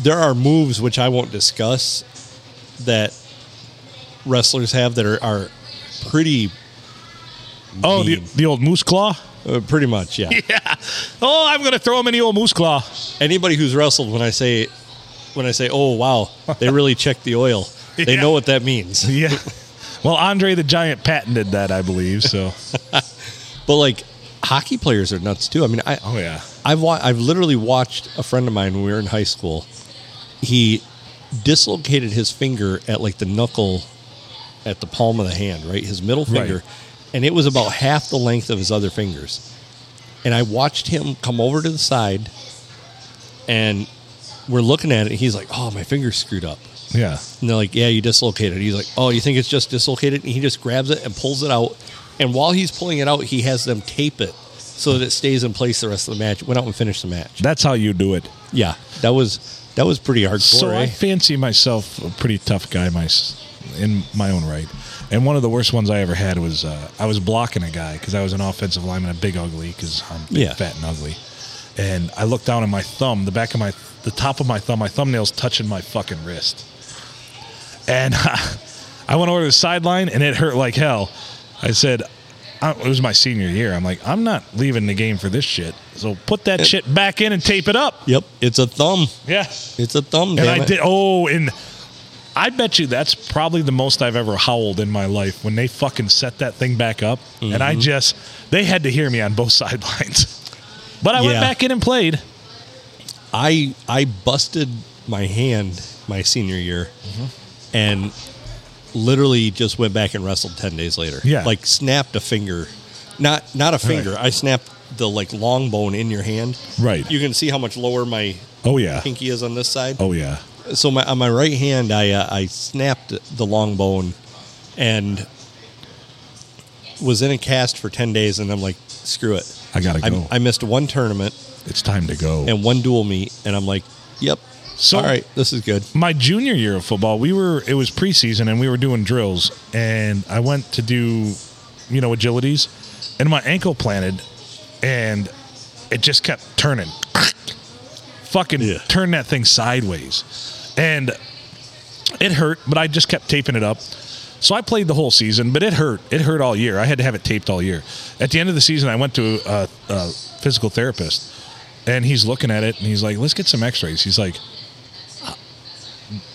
Speaker 1: there are moves which I won't discuss that wrestlers have that are, are pretty
Speaker 2: Oh, the,
Speaker 1: mean.
Speaker 2: the old moose claw?
Speaker 1: uh, pretty much yeah.
Speaker 2: Yeah. Oh, I'm going to throw him in the old moose claw.
Speaker 1: Anybody who's wrestled when I say when I say oh wow they really check the oil they
Speaker 2: Yeah.
Speaker 1: know what that means.
Speaker 2: *laughs* Yeah. well, Andre the Giant patented that, I believe. So,
Speaker 1: But like hockey players are nuts too. I mean, I
Speaker 2: *laughs* oh, yeah.
Speaker 1: I've wa- I've literally watched a friend of mine when we were in high school. He dislocated his finger at like the knuckle at the palm of the hand, right? His middle
Speaker 2: Right.
Speaker 1: finger. And it was about half the length of his other fingers. And I watched him come over to the side and we're looking at it. And he's like, Oh, my finger's screwed up.
Speaker 2: Yeah.
Speaker 1: And they're like, yeah, you dislocated it. He's like, oh, you think it's just dislocated? And he just grabs it and pulls it out. And while he's pulling it out, he has them tape it so that it stays in place the rest of the match. Went out and finished the match.
Speaker 2: That's how you do it.
Speaker 1: Yeah, that was that was pretty hardcore.
Speaker 2: So I
Speaker 1: eh?
Speaker 2: fancy myself a pretty tough guy my, in my own right. And one of the worst ones I ever had was uh, I was blocking a guy because I was an offensive lineman, a big ugly because I'm big,
Speaker 1: Yeah.
Speaker 2: fat and ugly. And I looked down at my thumb, the back of my, the top of my thumb, my thumbnail's touching my fucking wrist. And *laughs* I went over to the sideline and it hurt like hell. I said, I, it was my senior year. I'm like, I'm not leaving the game for this shit. So put that shit back in and tape it up.
Speaker 1: yep, it's a thumb.
Speaker 2: Yeah.
Speaker 1: It's a thumb.
Speaker 2: And
Speaker 1: damn
Speaker 2: I
Speaker 1: it.
Speaker 2: did. Oh, and I bet you that's probably the most I've ever howled in my life when they fucking set that thing back up. And
Speaker 1: Mm-hmm.
Speaker 2: I just, they had to hear me on both *laughs* sidelines. But I went
Speaker 1: Yeah.
Speaker 2: back in and played.
Speaker 1: I I busted my hand my senior year,
Speaker 2: Mm-hmm.
Speaker 1: and literally just went back and wrestled ten days later.
Speaker 2: Yeah.
Speaker 1: like snapped a finger, not not a finger. I snapped the like long bone in your hand,
Speaker 2: Right.
Speaker 1: you can see how much lower my
Speaker 2: Oh yeah.
Speaker 1: pinky is on this side.
Speaker 2: Oh yeah.
Speaker 1: So my on my right hand, I uh, I snapped the long bone, and was in a cast for ten days, and I'm like, screw it.
Speaker 2: I gotta
Speaker 1: I,
Speaker 2: go.
Speaker 1: I missed one tournament
Speaker 2: it's time to go.
Speaker 1: and one dual meet, and I'm like, yep.
Speaker 2: So-
Speaker 1: all right, this is good.
Speaker 2: my junior year of football, we were it was preseason and we were doing drills, and I went to do, you know, agilities, and my ankle planted, and it just kept turning, *clears throat* fucking
Speaker 1: Yeah.
Speaker 2: turn that thing sideways, and it hurt, but I just kept taping it up. So I played the whole season, but it hurt. It hurt all year. I had to have it taped all year. At the end of the season, I went to a, a physical therapist, and he's looking at it, and he's like, "Let's get some X-rays." He's like,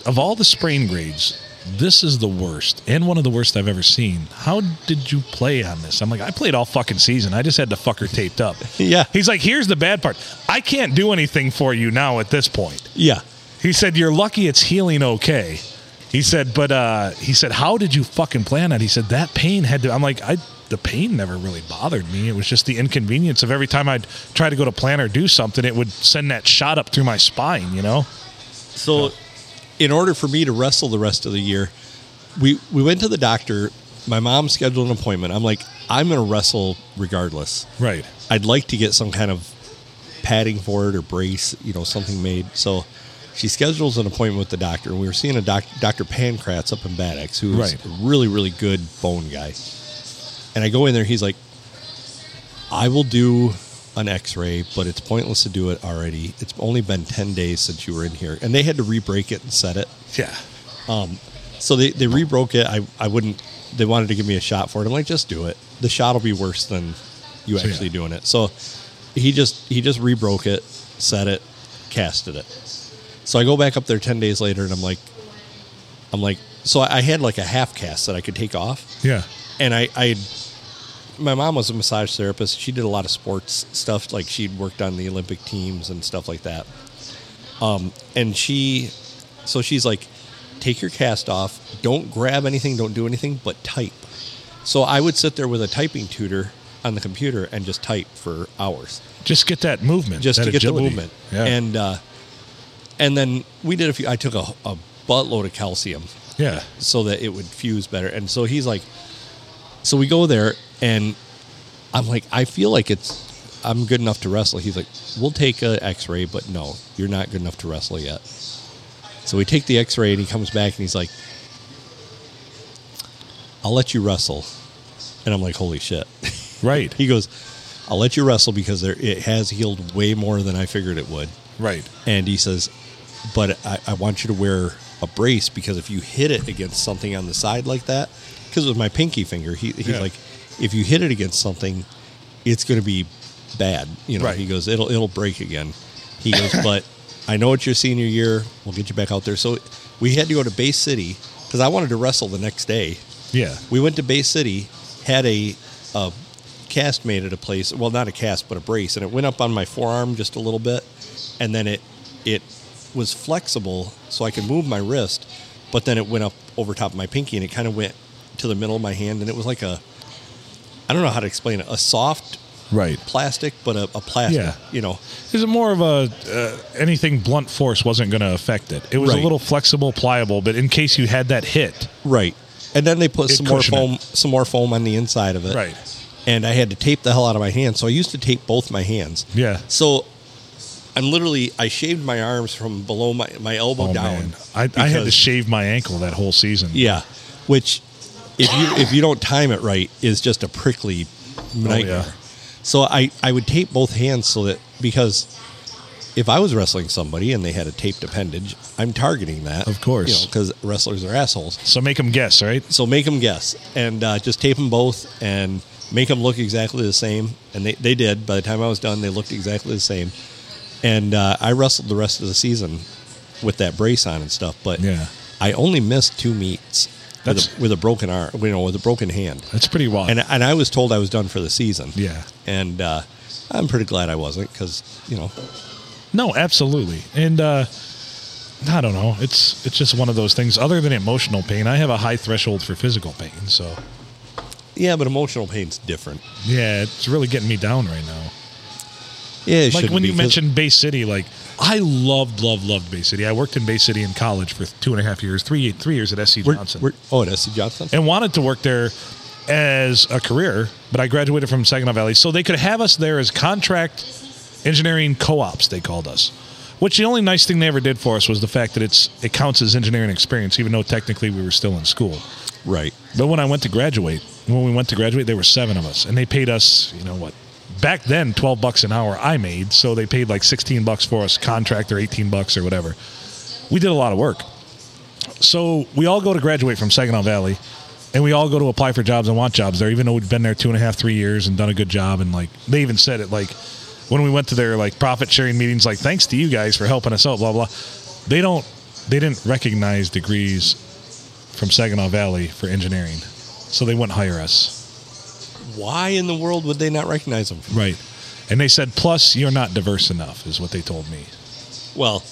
Speaker 2: of all the sprain grades, this is the worst and one of the worst I've ever seen. How did you play on this? I'm like, I played all fucking season. I just had the fucker taped up.
Speaker 1: Yeah.
Speaker 2: He's like, here's the bad part. I can't do anything for you now at this point.
Speaker 1: Yeah,
Speaker 2: He said, You're lucky it's healing okay. He said, but uh he said, How did you fucking plan that? He said, That pain had to I'm like, I the pain never really bothered me. It was just the inconvenience of every time I'd try to go to plan or do something, it would send that shot up through my spine, you know?
Speaker 1: So, in order for me to wrestle the rest of the year, we we went to the doctor. My mom scheduled an appointment. I'm like, I'm going to wrestle regardless.
Speaker 2: Right.
Speaker 1: I'd like to get some kind of padding for it or brace, you know, something made. So she schedules an appointment with the doctor. And we were seeing a doc, Dr. Pancratz up in Bad Axe, who's
Speaker 2: Right.
Speaker 1: a really, really good bone guy. And I go in there, he's like, I will do an x ray, but it's pointless to do it already. It's only been 10 days since you were in here. And they had to re break it and set it.
Speaker 2: Yeah.
Speaker 1: So they, they rebroke it. I, I wouldn't. They wanted to give me a shot for it. I'm like, just do it. The shot will be worse than you
Speaker 2: So, yeah.
Speaker 1: actually doing it. So he just he just rebroke it, set it, casted it. So I go back up there ten days later, and I'm like, I'm like, so I had like a half cast that I could take off,
Speaker 2: Yeah.
Speaker 1: and I I. My mom was a massage therapist. She did a lot of sports stuff, like she'd worked on the Olympic teams and stuff like that Um, and she so she's like take your cast off don't grab anything don't do anything but type so i would sit there with a typing tutor on the computer and just type for hours
Speaker 2: Just get that movement.
Speaker 1: just
Speaker 2: that
Speaker 1: to get
Speaker 2: agility.
Speaker 1: the movement
Speaker 2: Yeah.
Speaker 1: and uh and then we did a few i took a, a buttload of calcium
Speaker 2: yeah.
Speaker 1: so that it would fuse better and so he's like so we go there and i'm like i feel like it's i'm good enough to wrestle he's like we'll take a x-ray but no you're not good enough to wrestle yet so we take the x-ray and he comes back and he's like i'll let you wrestle and i'm like holy shit *laughs*
Speaker 2: Right.
Speaker 1: he goes i'll let you wrestle because there, it has healed way more than i figured it would
Speaker 2: right.
Speaker 1: and he says, "But I, I want you to wear a brace because if you hit it against something on the side like that, because it was my pinky finger, he, he's
Speaker 2: Yeah.
Speaker 1: like, if you hit it against something, it's going to be bad. You know,
Speaker 2: Right.
Speaker 1: he goes, it'll it'll break again. He
Speaker 2: *coughs*
Speaker 1: goes, but I know it's your senior year. We'll get you back out there. So we had to go to Bay City because I wanted to wrestle the next day.
Speaker 2: Yeah.
Speaker 1: We went to Bay City, had a, a cast made at a place. Well, not a cast, but a brace, and it went up on my forearm just a little bit, and then it it was flexible, so I could move my wrist, but then it went up over top of my pinky, and it kind of went to the middle of my hand, and it was like a I don't know how to explain it, a soft
Speaker 2: Right.
Speaker 1: plastic, but a, a plastic,
Speaker 2: Yeah.
Speaker 1: you know,
Speaker 2: Is it more of a uh, anything blunt force wasn't going to affect it? It was a
Speaker 1: Right.
Speaker 2: little flexible, pliable, but in case you had that hit,
Speaker 1: right. And then they put
Speaker 2: It
Speaker 1: some more
Speaker 2: cushioned
Speaker 1: foam,
Speaker 2: it.
Speaker 1: some more foam on the inside of it,
Speaker 2: Right.
Speaker 1: And I had to tape the hell out of my hand, so I used to tape both my hands.
Speaker 2: yeah.
Speaker 1: So I'm literally I shaved my arms from below my, my elbow
Speaker 2: Oh
Speaker 1: down.
Speaker 2: man, I, I had to
Speaker 1: because-
Speaker 2: shave my ankle that whole season.
Speaker 1: Yeah. Which if you if you don't time it right is just a prickly nightmare.
Speaker 2: Oh, yeah.
Speaker 1: So I, I would tape both hands so that because if I was wrestling somebody and they had a taped appendage, I'm targeting that.
Speaker 2: Of course.
Speaker 1: because wrestlers are assholes.
Speaker 2: So make them guess, right?
Speaker 1: So make them guess and uh, just tape them both and make them look exactly the same. And they, they did. By the time I was done, they looked exactly the same. And uh, I wrestled the rest of the season with that brace on and stuff. But
Speaker 2: Yeah.
Speaker 1: I only missed two meets with
Speaker 2: That's-
Speaker 1: a, with a broken arm, you know, with a broken hand.
Speaker 2: That's pretty wild.
Speaker 1: And, and I was told I was done for the season.
Speaker 2: yeah.
Speaker 1: And uh, I'm pretty glad I wasn't because, you know,
Speaker 2: No, absolutely. And uh, I don't know. It's it's just one of those things. Other than emotional pain, I have a high threshold for physical pain. So
Speaker 1: yeah, but emotional pain's different.
Speaker 2: yeah, it's really getting me down right now.
Speaker 1: Yeah, it
Speaker 2: like
Speaker 1: shouldn't
Speaker 2: when
Speaker 1: be,
Speaker 2: you
Speaker 1: 'cause-
Speaker 2: mentioned Bay City, like I loved, loved, loved Bay City. I worked in Bay City in college for two and a half years, three three years at SC
Speaker 1: We're,
Speaker 2: Johnson,
Speaker 1: we're, oh, at SC Johnson.
Speaker 2: and wanted to work there as a career. But I graduated from Saginaw Valley, so they could have us there as contract engineering co-ops. They called us, which the only nice thing they ever did for us was the fact that it's it counts as engineering experience, even though technically we were still in school.
Speaker 1: Right.
Speaker 2: But when I went to graduate, when we went to graduate, there were seven of us, and they paid us, you know what? Back then, twelve bucks an hour I made, so they paid like sixteen bucks for us contract or eighteen bucks or whatever. We did a lot of work. So we all go to graduate from Saginaw Valley, and we all go to apply for jobs and want jobs there, even though we'd been there two and a half, three years and done a good job. And like they even said it, like when we went to their like profit sharing meetings, like thanks to you guys for helping us out, blah blah. They don't, they didn't recognize degrees from Saginaw Valley for engineering, so they wouldn't hire us.
Speaker 1: Why in the world would they not recognize him?
Speaker 2: Right. And they said, plus you're not diverse enough, is what they told me.
Speaker 1: Well,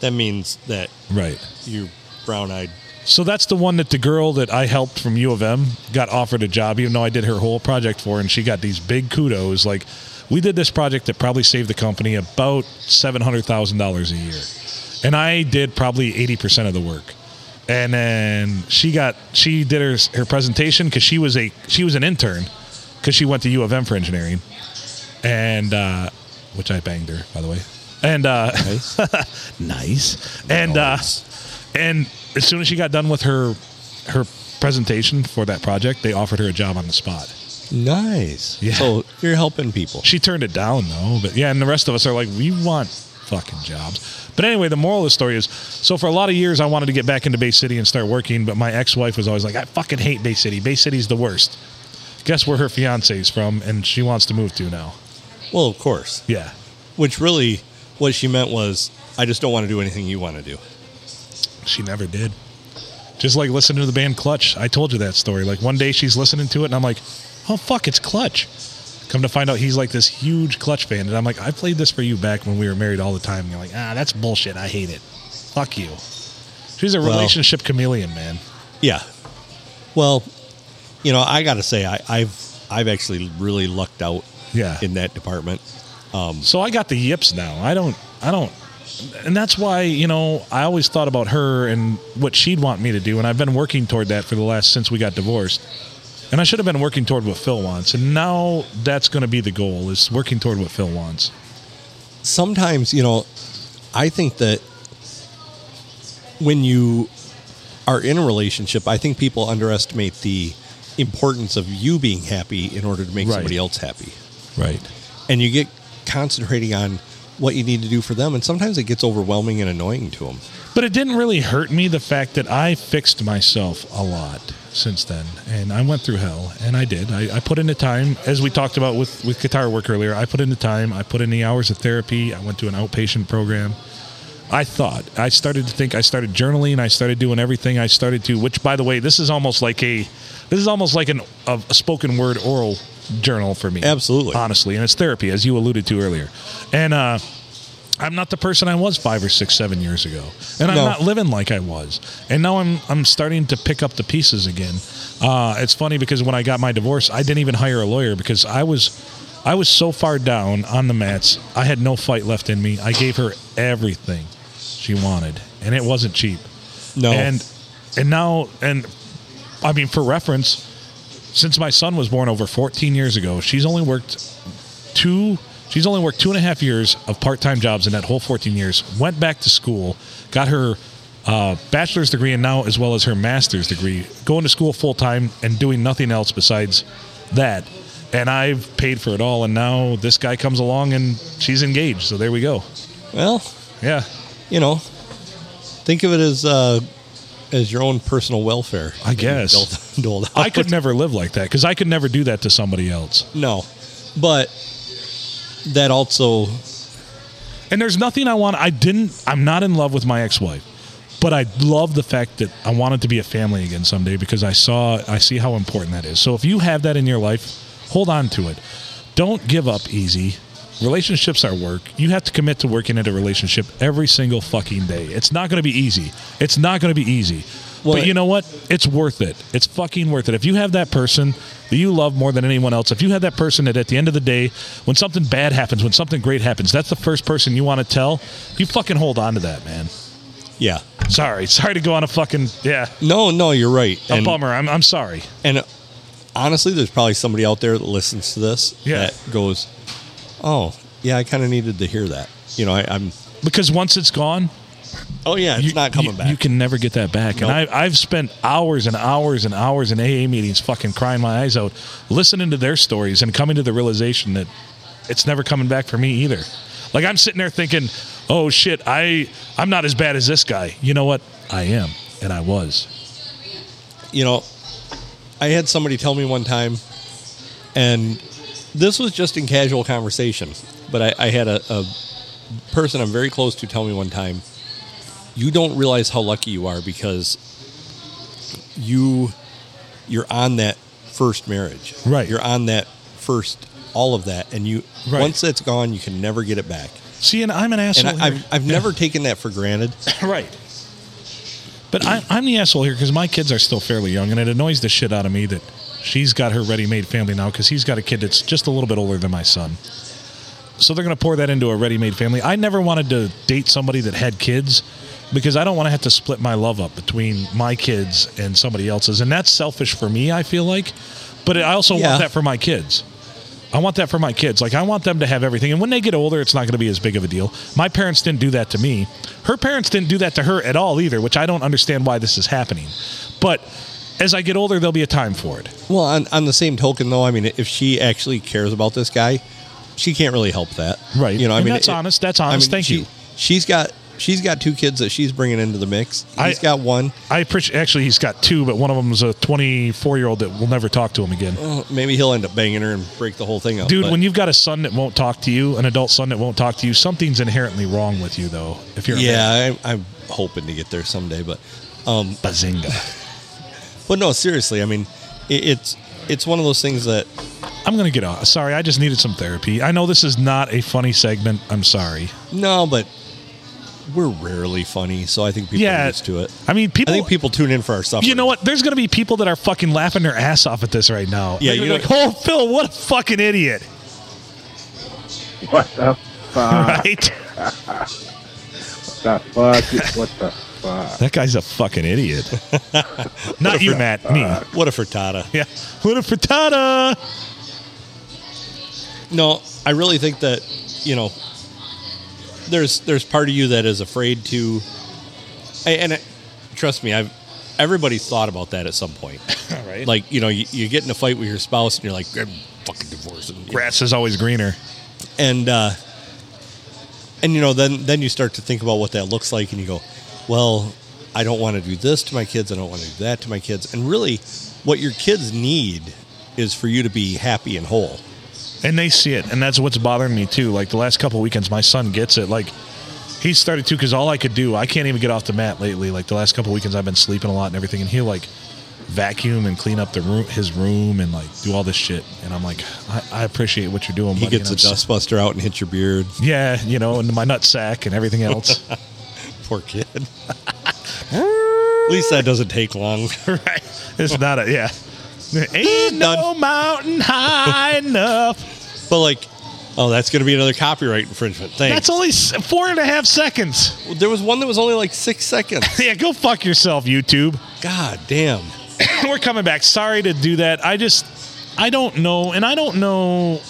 Speaker 1: that means that
Speaker 2: Right.
Speaker 1: you brown-eyed.
Speaker 2: So that's the one that the girl that I helped from U of M got offered a job, even though I did her whole project for, her, and she got these big kudos. Like, we did this project that probably saved the company about seven hundred thousand dollars a year, and I did probably eighty percent of the work. And then she got she did her her presentation because she was a she was an intern because she went to U of M for engineering, and uh, which I banged her by the way, and uh,
Speaker 1: *laughs* Nice.
Speaker 2: nice. And uh, and as soon as she got done with her her presentation for that project, they offered her a job on the spot.
Speaker 1: nice.
Speaker 2: Yeah.
Speaker 1: So you're helping people.
Speaker 2: She turned it down though, but yeah, and the rest of us are like, we want fucking jobs. But anyway, the moral of the story is so for a lot of years I wanted to get back into Bay City and start working, but my ex-wife was always like, I fucking hate Bay City. Bay City's the worst. Guess where her fiance is from and she wants to move to now.
Speaker 1: Well, of course.
Speaker 2: Yeah.
Speaker 1: Which really, what she meant was, I just don't want to do anything you want to do.
Speaker 2: She never did. Just like listening to the band Clutch. I told you that story. Like one day she's listening to it and I'm like, oh fuck, it's Clutch. Come to find out he's like this huge Clutch fan. And I'm like, I played this for you back when we were married all the time. And you're like, ah, that's bullshit. I hate it. Fuck you. She's a
Speaker 1: Well-
Speaker 2: relationship chameleon, man.
Speaker 1: Yeah. Well, you know, I got to say, I, I've I've actually really lucked out.
Speaker 2: Yeah.
Speaker 1: In that department.
Speaker 2: So I got the yips now. I don't, I don't, and that's why, you know, I always thought about her and what she'd want me to do. And I've been working toward that for the last, since we got divorced. And I should have been working toward what Phil wants. And now that's going to be the goal is working toward what Phil wants.
Speaker 1: sometimes you know i think that when you are in a relationship i think people underestimate the importance of you being happy in order to make
Speaker 2: Right.
Speaker 1: somebody else happy
Speaker 2: Right.
Speaker 1: and you get concentrating on what you need to do for them and sometimes it gets overwhelming and annoying to them
Speaker 2: But it didn't really hurt me the fact that I fixed myself a lot since then. And I went through hell, and I did. I, I put in the time, as we talked about with, with guitar work earlier, I put in the time, I put in the hours of therapy, I went to an outpatient program. I thought, I started to think, I started journaling, I started doing everything I started to, which by the way, this is almost like a, this is almost like an, a, a spoken word oral journal for me.
Speaker 1: Absolutely.
Speaker 2: Honestly. And it's therapy, as you alluded to earlier. And, uh, I'm not the person I was five or six, seven years ago, and I'm
Speaker 1: No.
Speaker 2: not living like I was. And now I'm I'm starting to pick up the pieces again. Uh, it's funny because when I got my divorce, I didn't even hire a lawyer because I was I was so far down on the mats. I had no fight left in me. I gave her everything she wanted, and it wasn't cheap.
Speaker 1: no
Speaker 2: And and now and I mean for reference, since my son was born over 14 years ago, she's only worked two she's only worked two and a half years of part-time jobs in that whole 14 years went back to school got her uh, bachelor's degree and now as well as her master's degree going to school full-time and doing nothing else besides that and i've paid for it all and now this guy comes along and she's engaged so there we go
Speaker 1: well
Speaker 2: yeah
Speaker 1: you know think of it as uh as your own personal welfare
Speaker 2: I guess.
Speaker 1: *laughs* Doled- doled
Speaker 2: i
Speaker 1: out.
Speaker 2: could never live like that because i could never do that to somebody else
Speaker 1: no but that also
Speaker 2: And there's nothing I want. I didn't. I'm not in love with my ex-wife, but I love the fact that I wanted to be a family again someday because I saw. I see how important that is. So if you have that in your life, hold on to it. Don't give up easy. relationships are work. You have to commit to working at a relationship every single fucking day. It's not going to be easy. It's not going to be easy.
Speaker 1: Well,
Speaker 2: but you know what? It's worth it. It's fucking worth it. If you have that person that you love more than anyone else, if you have that person that at the end of the day, when something bad happens, when something great happens, that's the first person you want to tell, you fucking hold on to that, man.
Speaker 1: Yeah.
Speaker 2: Sorry. Sorry to go on a fucking, yeah,
Speaker 1: No, no, you're right.
Speaker 2: a
Speaker 1: And-
Speaker 2: bummer. I'm, I'm sorry.
Speaker 1: And uh, honestly, there's probably somebody out there that listens to this
Speaker 2: Yeah.
Speaker 1: that goes, "Oh, yeah, I kind of needed to hear that." You know, I, I'm.
Speaker 2: Because once it's gone,
Speaker 1: Oh yeah, it's not coming
Speaker 2: you,
Speaker 1: back.
Speaker 2: You can never get that back. And
Speaker 1: Nope.
Speaker 2: I, I've spent hours and hours and hours in AA meetings, fucking crying my eyes out, listening to their stories and coming to the realization that it's never coming back for me either. Like I'm sitting there thinking, "Oh shit, I I'm not as bad as this guy." You know what? I am, and I was.
Speaker 1: you know, I had somebody tell me one time, and this was just in casual conversation, but I, I had a, a person I'm very close to tell me one time, you don't realize how lucky you are because you you're on that first marriage,
Speaker 2: Right.
Speaker 1: You're on that first all of that, and you
Speaker 2: Right.
Speaker 1: once that's gone, you can never get it back.
Speaker 2: See, and I'm an
Speaker 1: And
Speaker 2: asshole.
Speaker 1: I,
Speaker 2: here.
Speaker 1: I've I've never taken that for granted.
Speaker 2: *laughs* right. But I, I'm the asshole here because my kids are still fairly young, and it annoys the shit out of me that she's got her ready-made family now because he's got a kid that's just a little bit older than my son. So they're going to pour that into a ready-made family. I never wanted to date somebody that had kids because I don't want to have to split my love up between my kids and somebody else's, and that's selfish for me. I feel like, but I also
Speaker 1: Yeah.
Speaker 2: want that for my kids. I want that for my kids. Like I want them to have everything. And when they get older, it's not going to be as big of a deal. My parents didn't do that to me. Her parents didn't do that to her at all either, which I don't understand why this is happening. But as I get older, there'll be a time for it.
Speaker 1: Well, on, on the same token, though, I mean, if she actually cares about this guy, she can't really help that,
Speaker 2: Right.
Speaker 1: You know, I
Speaker 2: And
Speaker 1: mean,
Speaker 2: that's honest. That's honest. Thank you.
Speaker 1: She's got she's got two kids that she's bringing into the mix.
Speaker 2: I-
Speaker 1: He's got one.
Speaker 2: I appreciate. Actually, he's got two, but one of them is a 24 year old that will never talk to him again.
Speaker 1: Well, maybe he'll end up banging her and break the whole thing up.
Speaker 2: Dude,
Speaker 1: but-
Speaker 2: when you've got a son that won't talk to you, an adult son that won't talk to you, something's inherently wrong with you, though. If you're a
Speaker 1: yeah, I, I'm hoping to get there someday, but um,
Speaker 2: man. bazinga.
Speaker 1: but no, seriously, I mean, it, it's it's one of those things that
Speaker 2: I'm gonna get off. Sorry, I just needed some therapy. I know this is not a funny segment. I'm sorry.
Speaker 1: no, but we're rarely funny, so I think people are used to it.
Speaker 2: I mean,
Speaker 1: I
Speaker 2: people.
Speaker 1: think people tune in for our stuff.
Speaker 2: You know what? There's going to be people that are fucking laughing their ass off at this right now.
Speaker 1: Yeah,
Speaker 2: They're
Speaker 1: you know-
Speaker 2: like, oh, Phil, what a fucking idiot,
Speaker 4: What the
Speaker 1: Uh,
Speaker 4: fuck?
Speaker 2: right?
Speaker 4: the fuck? is- What the
Speaker 1: uh,
Speaker 4: fuck?
Speaker 2: that guy's a
Speaker 1: *laughs*
Speaker 2: fucking idiot. Not you, Matt. Me.
Speaker 1: What a frittata.
Speaker 2: Yeah. What a frittata.
Speaker 1: No, I really think that you know there's there's part of you that is afraid to, and and it, trust me, I've everybody's thought about that at some point. *laughs*
Speaker 2: right.
Speaker 1: Like you know, you, you get in a fight with your spouse and you're like, I'm fucking divorcing. you."
Speaker 2: grass is always greener.
Speaker 1: And uh, and you know, then then you start to think about what that looks like, and you go, well, I don't want to do this to my kids. I don't want to do that to my kids. And really, what your kids need is for you to be happy and whole.
Speaker 2: and they see it and that's what's bothering me too like the last couple weekends my son gets it like he's 32 because all i could do i can't even get off the mat lately like the last couple weekends i've been sleeping a lot and everything and he'll like vacuum and clean up the room his room and like do all this shit and i'm like i, I appreciate what you're doing
Speaker 1: He
Speaker 2: buddy.
Speaker 1: gets a
Speaker 2: and I'm s-
Speaker 1: dustbuster out and hits your beard.
Speaker 2: yeah you know and my nut sack and everything else
Speaker 1: *laughs* Poor kid. *laughs* At least that doesn't take long. *laughs*
Speaker 2: right it's not a yeah ain't no
Speaker 1: Done. *laughs*
Speaker 2: mountain high enough
Speaker 1: But like, oh, that's going to be another copyright infringement. Thanks.
Speaker 2: that's only s- four and a half seconds
Speaker 1: there was one that was only like six seconds.
Speaker 2: yeah go fuck yourself youtube
Speaker 1: God damn.
Speaker 2: *laughs* we're coming back. Sorry to do that. I just I don't know, and I don't know,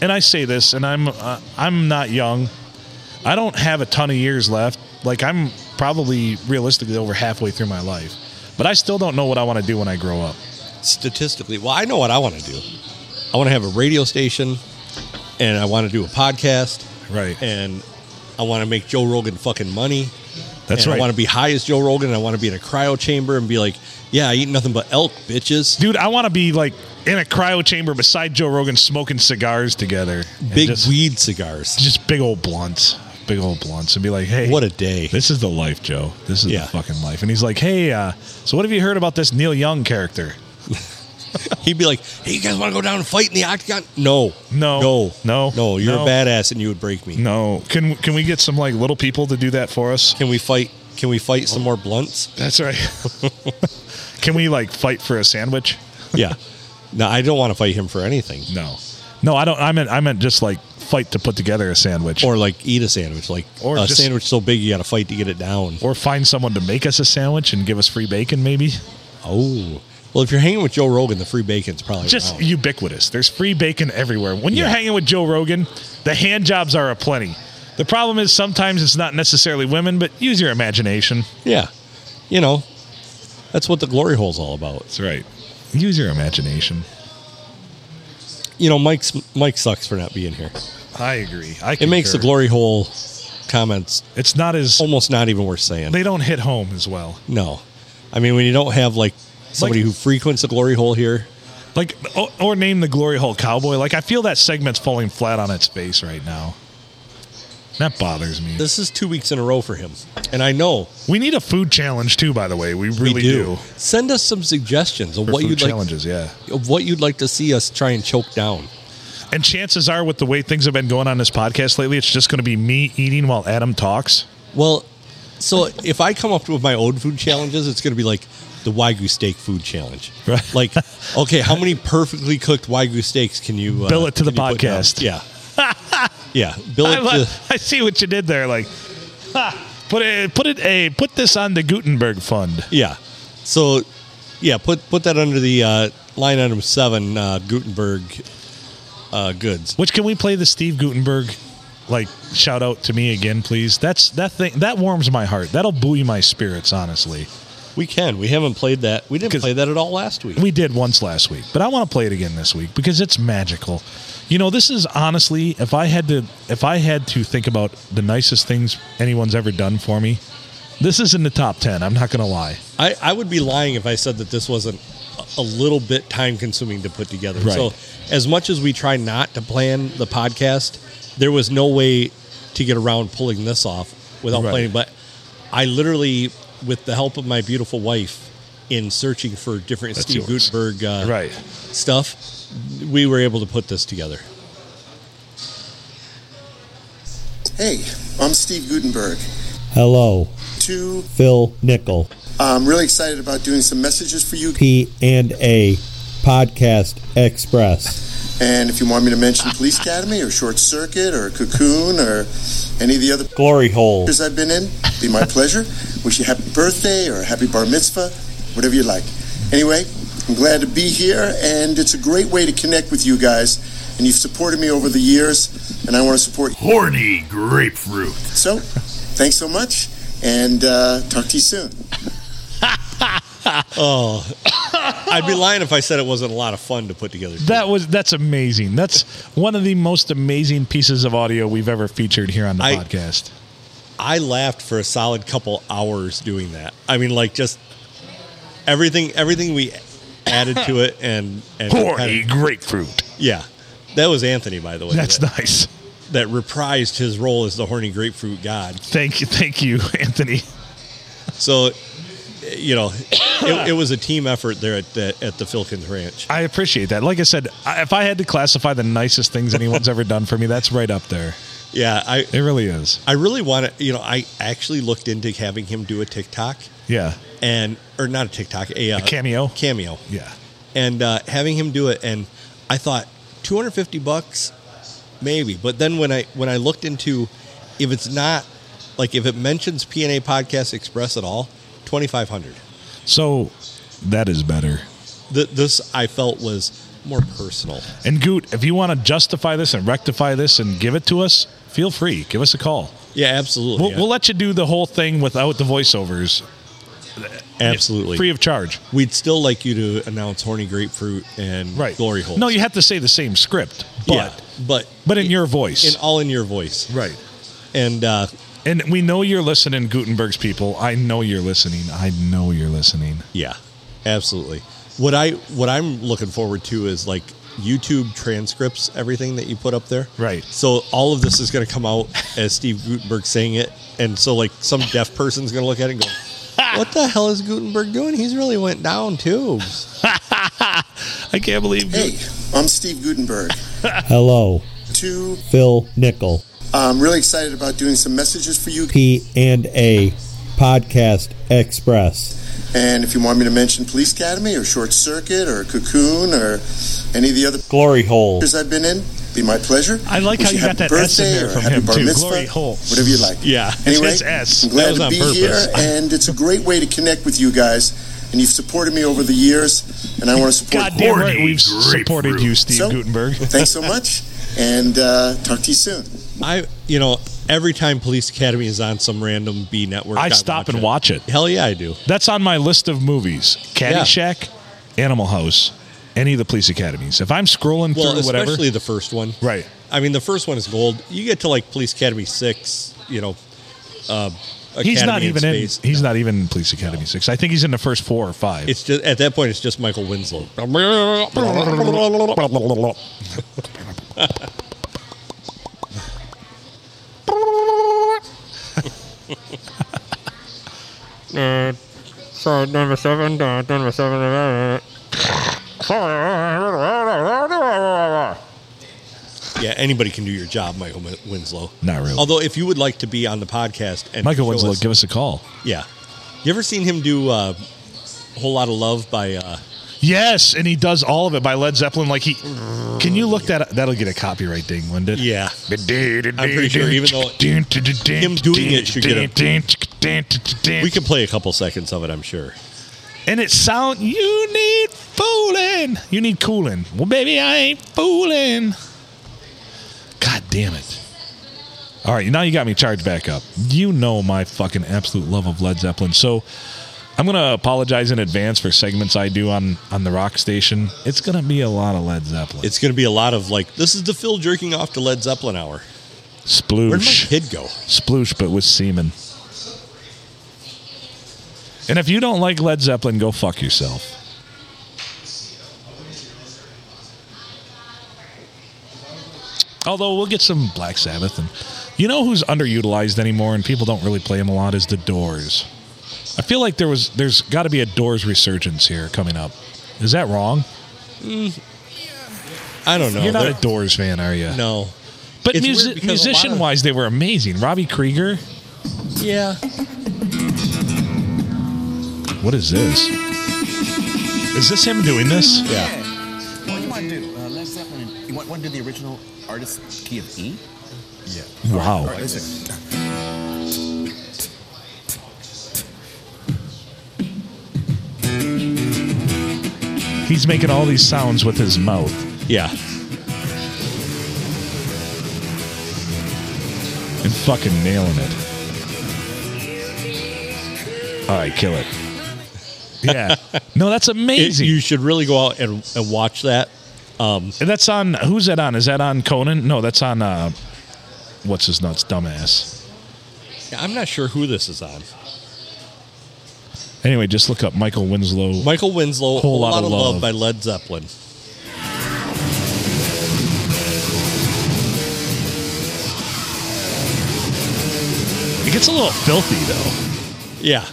Speaker 2: and I say this, and I'm uh, I'm not young. I don't have a ton of years left. Like I'm probably realistically over halfway through my life, but I still don't know what I want to do when I grow up.
Speaker 1: Statistically, well, I know what I want to do. I want to have a radio station, and I want to do a podcast,
Speaker 2: Right.
Speaker 1: and I want to make Joe Rogan fucking money.
Speaker 2: That's
Speaker 1: and
Speaker 2: right.
Speaker 1: I want to be high as Joe Rogan. And I want to be in a cryo chamber and be like, yeah, I eat nothing but elk, bitches.
Speaker 2: Dude, I want to be like in a cryo chamber beside Joe Rogan smoking cigars together. and
Speaker 1: Big
Speaker 2: just,
Speaker 1: weed cigars.
Speaker 2: just big old blunts. Big old blunts and be like, hey,
Speaker 1: What a day.
Speaker 2: This is the life, Joe. This is
Speaker 1: Yeah.
Speaker 2: the fucking life. And he's like, hey, uh, so what have you heard about this Neil Young character?
Speaker 1: He'd be like, "Hey, you guys want to go down and fight in the octagon?" No,
Speaker 2: No.
Speaker 1: no,
Speaker 2: No.
Speaker 1: no. You're
Speaker 2: No.
Speaker 1: a badass, and you would break me.
Speaker 2: No, can can we get some like little people to do that for us?
Speaker 1: Can we fight? Can we fight some more blunts?
Speaker 2: That's right. *laughs* can we like fight for a sandwich? *laughs*
Speaker 1: Yeah. no, I don't want to fight him for anything,
Speaker 2: No, no, I don't. I meant I meant just like fight to put together a sandwich,
Speaker 1: or like eat a sandwich, like
Speaker 2: Or
Speaker 1: a
Speaker 2: just-
Speaker 1: sandwich so big you got to fight to get it down.
Speaker 2: or find someone to make us a sandwich and give us free bacon, maybe.
Speaker 1: Oh, well, if you're hanging with Joe Rogan, the free bacon's probably
Speaker 2: Just
Speaker 1: around.
Speaker 2: ubiquitous. There's free bacon everywhere. When you're
Speaker 1: Yeah.
Speaker 2: hanging with Joe Rogan, the hand jobs are aplenty. The problem is sometimes it's not necessarily women, but use your imagination.
Speaker 1: yeah. You know, that's what the glory hole's all about.
Speaker 2: That's right. Use your imagination.
Speaker 1: You know, Mike's Mike sucks for not being here.
Speaker 2: I agree. I
Speaker 1: It makes the
Speaker 2: concur.
Speaker 1: glory hole comments
Speaker 2: It's not as
Speaker 1: almost not even worth saying.
Speaker 2: they don't hit home as well.
Speaker 1: No, I mean when you don't have like somebody
Speaker 2: Like-
Speaker 1: who frequents the glory hole here.
Speaker 2: Like or, or name the glory hole cowboy. Like I feel that segment's falling flat on its face right now. That bothers me.
Speaker 1: This is two weeks in a row for him, and I know
Speaker 2: We need a food challenge too. By the way, we really
Speaker 1: we
Speaker 2: do.
Speaker 1: do. Send us some suggestions of
Speaker 2: For
Speaker 1: what
Speaker 2: food
Speaker 1: you'd
Speaker 2: challenges, yeah.
Speaker 1: like of what you'd like to see us try and choke down.
Speaker 2: And chances are, with the way things have been going on this podcast lately, it's just going to be me eating while Adam talks.
Speaker 1: Well, so if I come up with my own food challenges, it's going to be like the wagyu steak food challenge.
Speaker 2: Right.
Speaker 1: Like, okay, how many perfectly cooked wagyu steaks can you uh,
Speaker 2: Bill it to the
Speaker 1: can you put down?
Speaker 2: podcast.
Speaker 1: Yeah. *laughs* Yeah, bill it
Speaker 2: I, li-
Speaker 1: to
Speaker 2: *laughs* I see what you did there. Like, ha, put it, put it, a put this on the Gutenberg Fund.
Speaker 1: Yeah. So, yeah, put put that under the uh, line item seven uh, Gutenberg uh, goods.
Speaker 2: Which can we play the Steve Gutenberg like shout out to me again, please? That's that thing that warms my heart. That'll buoy my spirits, honestly.
Speaker 1: We can. We haven't played that. We didn't
Speaker 2: 'Cause-
Speaker 1: play that at all last week.
Speaker 2: We did once last week, but I want to play it again this week because it's magical. You know, this is honestly, if I had to, if I had to think about the nicest things anyone's ever done for me, this is in the top ten. I'm not gonna lie.
Speaker 1: I, I would be lying if I said that this wasn't a- a little bit time consuming to put together.
Speaker 2: Right.
Speaker 1: So, as much as we try not to plan the podcast, there was no way to get around pulling this off without
Speaker 2: Right.
Speaker 1: planning. But I literally, with the help of my beautiful wife, in searching for different
Speaker 2: That's
Speaker 1: Steve
Speaker 2: yours.
Speaker 1: Gutenberg uh,
Speaker 2: Right.
Speaker 1: stuff, we were able to put this together.
Speaker 5: Hey, I'm Steve Gutenberg.
Speaker 6: Hello,
Speaker 5: Two,
Speaker 6: Phil Nickel,
Speaker 5: I'm really excited about doing some messages for you.
Speaker 6: P and A Podcast Express.
Speaker 5: And if you want me to mention Police Academy or Short Circuit or Cocoon or any of the other
Speaker 6: Glory hole.
Speaker 5: pictures I've been in, be my pleasure. Wish you happy birthday or happy bar mitzvah, whatever you like. Anyway, I'm glad to be here, and it's a great way to connect with you guys. And you've supported me over the years, and I want to support you.
Speaker 3: Horny grapefruit.
Speaker 5: So, thanks so much, and uh, talk to you soon.
Speaker 1: I'd be lying if I said it wasn't a lot of fun to put together.
Speaker 2: That was that's amazing. That's one of the most amazing pieces of audio we've ever featured here on the
Speaker 1: I-
Speaker 2: podcast.
Speaker 1: I laughed for a solid couple hours doing that. I mean, like just everything, everything we added to it, and and
Speaker 2: Horny
Speaker 1: kind
Speaker 2: grapefruit.
Speaker 1: of- yeah, that was Anthony, by the way.
Speaker 2: That's
Speaker 1: that,
Speaker 2: nice.
Speaker 1: that reprised his role as the horny grapefruit god.
Speaker 2: Thank you, thank you, Anthony.
Speaker 1: So, you know, it, it was a team effort there at the, at the Filkins Ranch.
Speaker 2: I appreciate that. Like I said, I, if I had to classify the nicest things anyone's ever done for me, that's right up there.
Speaker 1: Yeah, I
Speaker 2: It really is.
Speaker 1: I really want to. You know, I actually looked into having him do a TikTok
Speaker 2: Yeah.
Speaker 1: and or not a TikTok, a, uh,
Speaker 2: A cameo?
Speaker 1: cameo.
Speaker 2: Yeah.
Speaker 1: and uh, having him do it and i thought 250 bucks maybe but then when i when i looked into if it's not like if it mentions pna podcast express at all 2500
Speaker 2: So that is better.
Speaker 1: Th- this i felt was more personal
Speaker 2: And Goot, if you want to justify this and rectify this and give it to us, feel free. Give us a call.
Speaker 1: yeah absolutely
Speaker 2: We'll, we'll let you do the whole thing without the voiceovers,
Speaker 1: absolutely
Speaker 2: free of charge.
Speaker 1: we'd still like you to announce horny grapefruit and
Speaker 2: Right.
Speaker 1: glory hole
Speaker 2: No, you have to say the same script, but
Speaker 1: yeah, but
Speaker 2: but in your voice.
Speaker 1: in all in your voice
Speaker 2: right.
Speaker 1: and uh
Speaker 2: And we know you're listening, Gutenberg's people. I know you're listening. I know you're listening.
Speaker 1: Yeah, absolutely. What I what I'm looking forward to is like YouTube transcripts, everything that you put up there.
Speaker 2: Right.
Speaker 1: So all of this is going to come out as Steve Gutenberg saying it, and so like some deaf person's going to look at it
Speaker 2: *laughs*
Speaker 1: and go, "What the hell is Gutenberg doing? He's really went down tubes."
Speaker 2: I can't believe you.
Speaker 5: Hey, I'm Steve Gutenberg.
Speaker 6: Hello,
Speaker 5: Two,
Speaker 6: Phil Nickel.
Speaker 5: I'm really excited about doing some messages for you.
Speaker 6: P and A Podcast Express.
Speaker 5: And if you want me to mention Police Academy or Short Circuit or Cocoon or any of the other
Speaker 6: Glory hole.
Speaker 5: pictures I've been in, be my pleasure.
Speaker 2: I like
Speaker 5: Wish
Speaker 2: how you got
Speaker 5: happy
Speaker 2: that S in
Speaker 5: birthday
Speaker 2: there
Speaker 5: or
Speaker 2: from
Speaker 5: happy
Speaker 2: him,
Speaker 5: bar
Speaker 2: too.
Speaker 5: mitzvah,
Speaker 2: Glory hole.
Speaker 5: Whatever you like.
Speaker 2: Yeah, it's
Speaker 5: Anyway,
Speaker 2: his S.
Speaker 5: I'm glad
Speaker 1: That was
Speaker 5: to
Speaker 1: on
Speaker 5: be
Speaker 1: purpose.
Speaker 5: here,
Speaker 2: *laughs*
Speaker 5: and it's a great way to connect with you guys. And you've supported me over the years, and I want to support.
Speaker 2: God damn right,
Speaker 3: Horny
Speaker 2: we've supported
Speaker 3: grapefruit.
Speaker 2: you, Steve
Speaker 5: So,
Speaker 2: Gutenberg.
Speaker 5: Thanks so much, and uh, talk to you soon.
Speaker 1: I, you know, every time Police Academy is on some random B network,
Speaker 2: *laughs* I stop and watch it.
Speaker 1: Hell yeah, I do.
Speaker 2: That's on my list of movies:
Speaker 1: Yeah.
Speaker 2: Caddyshack, Animal House, any of the police academies. If I'm scrolling
Speaker 1: Well,
Speaker 2: through
Speaker 1: especially
Speaker 2: whatever,
Speaker 1: the first one.
Speaker 2: right?
Speaker 1: I mean, the first one is gold. You get to like Police Academy six, you know. Uh,
Speaker 2: he's not
Speaker 1: Academy
Speaker 2: even in.
Speaker 1: space.
Speaker 2: He's not even in Police Academy Six. I think he's in the first four or five.
Speaker 1: It's just at that point, it's just Michael Winslow.
Speaker 7: Uh, so number seven, uh, number seven. Uh,
Speaker 1: Yeah, anybody can do your job, Michael Win- Winslow.
Speaker 2: Not really.
Speaker 1: Although, if you would like to be on the podcast, and
Speaker 2: Michael
Speaker 1: show
Speaker 2: Winslow,
Speaker 1: us-
Speaker 2: give us a call.
Speaker 1: yeah, you ever seen him do uh, a whole lot of love by? Uh,
Speaker 2: Yes, and he does all of it by Led Zeppelin. Like he, can you look that? That'll get a copyright ding, wouldn't it?
Speaker 1: yeah, I'm pretty sure even though-
Speaker 2: him
Speaker 1: doing it should get
Speaker 2: a.
Speaker 1: we can play a couple seconds of it. I'm sure.
Speaker 2: and it sound you need fooling. You need cooling. Well, baby, I ain't fooling. God damn it! All right, now you got me charged back up. You know my fucking absolute love of Led Zeppelin. So I'm gonna apologize in advance for segments I do on on the rock station. It's gonna be a lot of Led Zeppelin.
Speaker 1: It's going to be a lot of like this is the Phil jerking off to Led Zeppelin hour. Where did my
Speaker 2: Sploosh.
Speaker 1: kid go?
Speaker 2: Sploosh, but with semen. And if you don't like Led Zeppelin, go fuck yourself. Although we'll get some Black Sabbath, and you know who's underutilized anymore, and people don't really play him a lot is the Doors. I feel like there was there's got to be a Doors resurgence here coming up. Is that wrong?
Speaker 1: I don't know.
Speaker 2: You're not
Speaker 1: They're-
Speaker 2: a Doors fan, are you?
Speaker 1: *laughs* no.
Speaker 2: But
Speaker 1: It's weird
Speaker 2: musi-
Speaker 1: because a lot of-
Speaker 2: musician wise, they were amazing. Robbie Krieger.
Speaker 1: Yeah.
Speaker 2: What is this? Is this him doing this?
Speaker 1: Yeah.
Speaker 8: What do you want to do? Uh, Led Zeppelin. You want, want to do the original artist key of E?
Speaker 2: Wow.
Speaker 8: Listen.
Speaker 2: He's making all these sounds with his mouth.
Speaker 1: Yeah.
Speaker 2: and fucking nailing it. All right, kill it. Yeah. No, that's
Speaker 1: It-
Speaker 2: amazing.
Speaker 1: you should really go out and, and watch that.
Speaker 2: And that's on. Who's that on? Is that on Conan? No, that's on. Uh, what's his nuts? Dumbass.
Speaker 1: I'm not sure who this is on.
Speaker 2: Anyway, just look up Michael Winslow.
Speaker 1: Michael Winslow, Whole, lot, of love.
Speaker 2: Love.
Speaker 1: by Led Zeppelin.
Speaker 2: It gets a little filthy though.
Speaker 1: Yeah.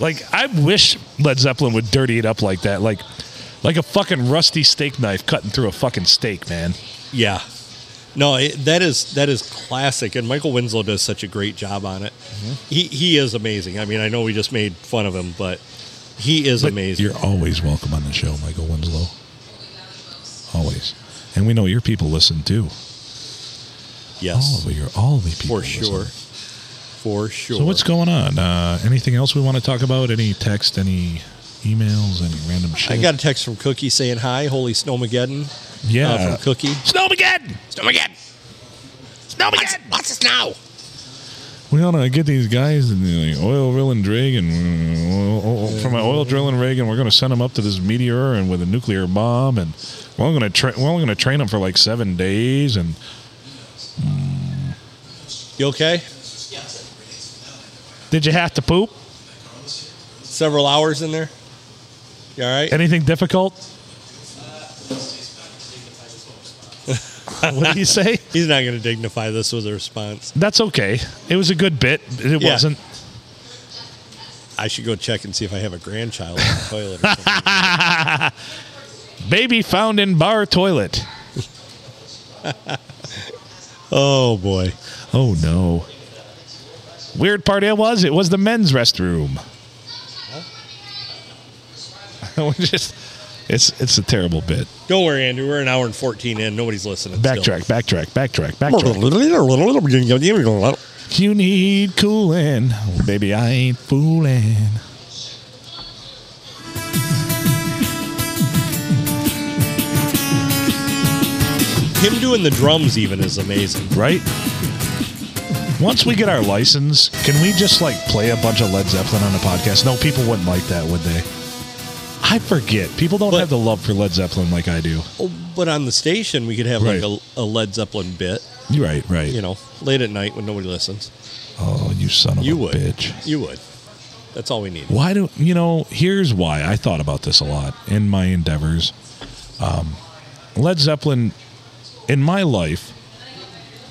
Speaker 2: Like I wish Led Zeppelin would dirty it up like that. Like, like a fucking rusty steak knife cutting through a fucking steak, man.
Speaker 1: Yeah. No, it, that is that is classic, and Michael Winslow does such a great job on it. He he is amazing. I mean, I know we just made fun of him, but he is amazing.
Speaker 2: You're always welcome on the show, Michael Winslow. Always. And we know your people listen too. All
Speaker 1: Yes,
Speaker 2: of your all the people
Speaker 1: for sure,
Speaker 2: listen.
Speaker 1: for sure.
Speaker 2: So what's going on? Uh, anything else we want to talk about? Any text? Any emails? Any random shit?
Speaker 1: I got a text from Cookie saying hi, Holy Snowmageddon.
Speaker 2: yeah.
Speaker 1: uh, from Cookie.
Speaker 2: Snowmageddon.
Speaker 3: Snowmageddon! What's this now?
Speaker 2: We ought to get these guys in the oil drilling rig and uh, oil, oil- from an oil drilling rig, and we're going to send them up to this meteor and with a nuclear bomb, and we're only going to tra- we're only going to train them for like seven days, and
Speaker 1: You okay?
Speaker 2: did you have to poop?
Speaker 1: Several hours in there. You all right?
Speaker 2: Anything difficult? what do you say?
Speaker 1: He's not going to dignify this with a response.
Speaker 2: That's okay. It was a good bit. It
Speaker 1: Yeah.
Speaker 2: wasn't.
Speaker 1: *laughs* I should go check and see if I have a grandchild in the toilet. Or something.
Speaker 2: Baby found in bar toilet.
Speaker 1: Oh boy.
Speaker 2: Oh no. Weird part it was, it was the men's restroom. *laughs* we just it's it's a terrible bit.
Speaker 1: Don't worry, Andrew. We're an hour and fourteen in. Nobody's listening.
Speaker 2: Backtrack, backtrack, backtrack, backtrack.
Speaker 1: Still.
Speaker 2: you need cooling. Oh, baby, I ain't fooling.
Speaker 1: Him doing the drums even is amazing.
Speaker 2: Right? Once we get our license, can we just like play a bunch of Led Zeppelin on a podcast? No, people wouldn't like that, would they? I forget. People don't
Speaker 1: But-
Speaker 2: have the love for Led Zeppelin like I do.
Speaker 1: Oh, but on the station, we could have
Speaker 2: Right.
Speaker 1: like a, a Led Zeppelin bit.
Speaker 2: You're right, right.
Speaker 1: You know, late at night when nobody listens.
Speaker 2: Oh, you son of
Speaker 1: You
Speaker 2: a
Speaker 1: would.
Speaker 2: bitch.
Speaker 1: You would. That's all we need.
Speaker 2: Why do you know? Here's why I thought about this a lot in my endeavors. Um, Led Zeppelin, in my life,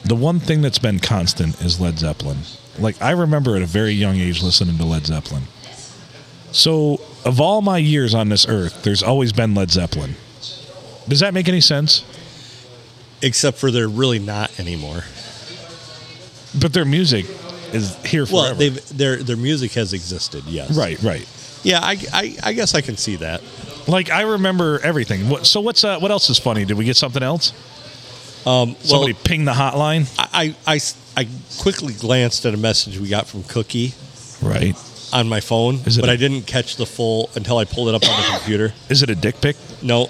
Speaker 2: the one thing that's been constant is Led Zeppelin. Like I remember at a very young age listening to Led Zeppelin. So of all my years on this earth, there's always been Led Zeppelin. Does that make any sense?
Speaker 1: Except for they're really not anymore.
Speaker 2: But their music is here forever.
Speaker 1: Well, they've, their their music has existed. Yes.
Speaker 2: right, right.
Speaker 1: Yeah. I, I I guess I can see that.
Speaker 2: Like I remember everything. What, so what's uh, what else is funny? Did we get something else?
Speaker 1: Um, well,
Speaker 2: Somebody ping the hotline.
Speaker 1: I, I- I s- I quickly glanced at a message we got from Cookie
Speaker 2: Right.
Speaker 1: on my phone,
Speaker 2: Is it
Speaker 1: but
Speaker 2: a-
Speaker 1: I I didn't catch the full until I pulled it up on the computer. *coughs*
Speaker 2: Is it a dick pic?
Speaker 1: No,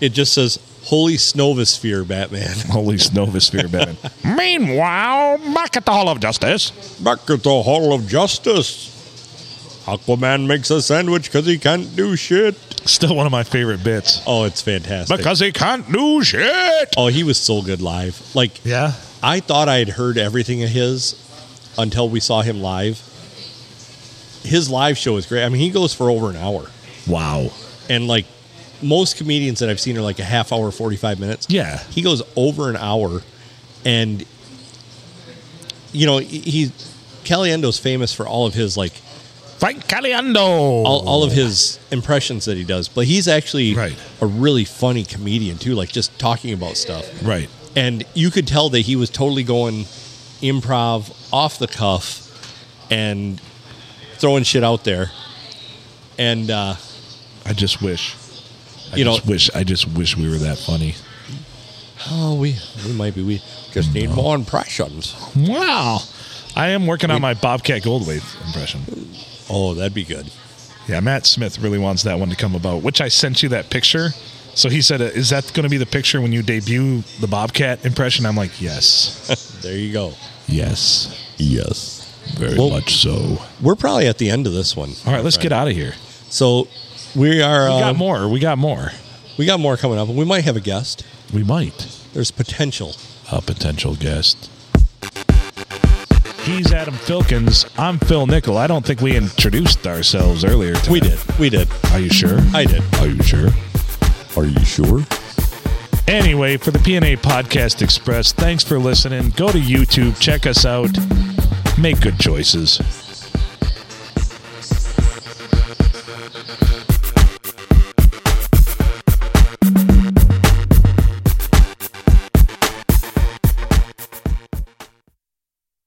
Speaker 1: it just says "Holy Snovosphere, Batman."
Speaker 2: Holy *laughs* Snovosphere, Batman. Meanwhile, back at the Hall of Justice.
Speaker 1: *laughs* Back at the Hall of Justice. Aquaman makes a sandwich because he can't do shit.
Speaker 2: Still one of my favorite bits.
Speaker 1: Oh, it's fantastic.
Speaker 2: Because he can't do shit.
Speaker 1: oh, he was so good live. Like,
Speaker 2: Yeah.
Speaker 1: I thought I had heard everything of his until we saw him live. His live show is great. I mean, he goes for over an hour.
Speaker 2: Wow.
Speaker 1: And, like, most comedians that I've seen are like a half hour, 45 minutes.
Speaker 2: Yeah.
Speaker 1: He goes over an hour. And, you know, he, he Caliendo's famous for all of his, like,
Speaker 2: Frank Caliendo.
Speaker 1: all, all of his impressions that he does. But he's actually
Speaker 2: Oh. Right.
Speaker 1: a really funny comedian too, like just talking about stuff.
Speaker 2: Right.
Speaker 1: And you could tell that he was totally going improv off the cuff and throwing shit out there. And uh,
Speaker 2: I just wish. I
Speaker 1: You know-
Speaker 2: just wish. I just wish we were that funny.
Speaker 1: oh, we we might be we just need more impressions.
Speaker 2: Wow. I am working on my Bobcat Goldthwait impression.
Speaker 1: Oh, that'd be good.
Speaker 2: Yeah, Matt Smith really wants that one to come about, which I sent you that picture. So he said, uh, "Is that going to be the picture when you debut the Bobcat impression?" I'm like, "Yes,
Speaker 1: There you go.
Speaker 2: yes,
Speaker 1: Yes.
Speaker 2: very
Speaker 1: Well-
Speaker 2: much so."
Speaker 1: We're probably at the end of this one.
Speaker 2: All right, let's get out of here.
Speaker 1: So we are.
Speaker 2: We
Speaker 1: uh,
Speaker 2: got more. We got more.
Speaker 1: we got more coming up. We might have a guest.
Speaker 2: We might
Speaker 1: There's potential.
Speaker 2: a potential guest. He's Adam Filkins. I'm Phil Nickel. I don't think we introduced ourselves earlier. Tonight.
Speaker 1: We did. We did.
Speaker 2: Are you sure?
Speaker 1: I did.
Speaker 2: Are you sure?
Speaker 1: Are you sure?
Speaker 2: Anyway, for the PNA Podcast Express, thanks for listening. Go to YouTube, check us out, make good choices.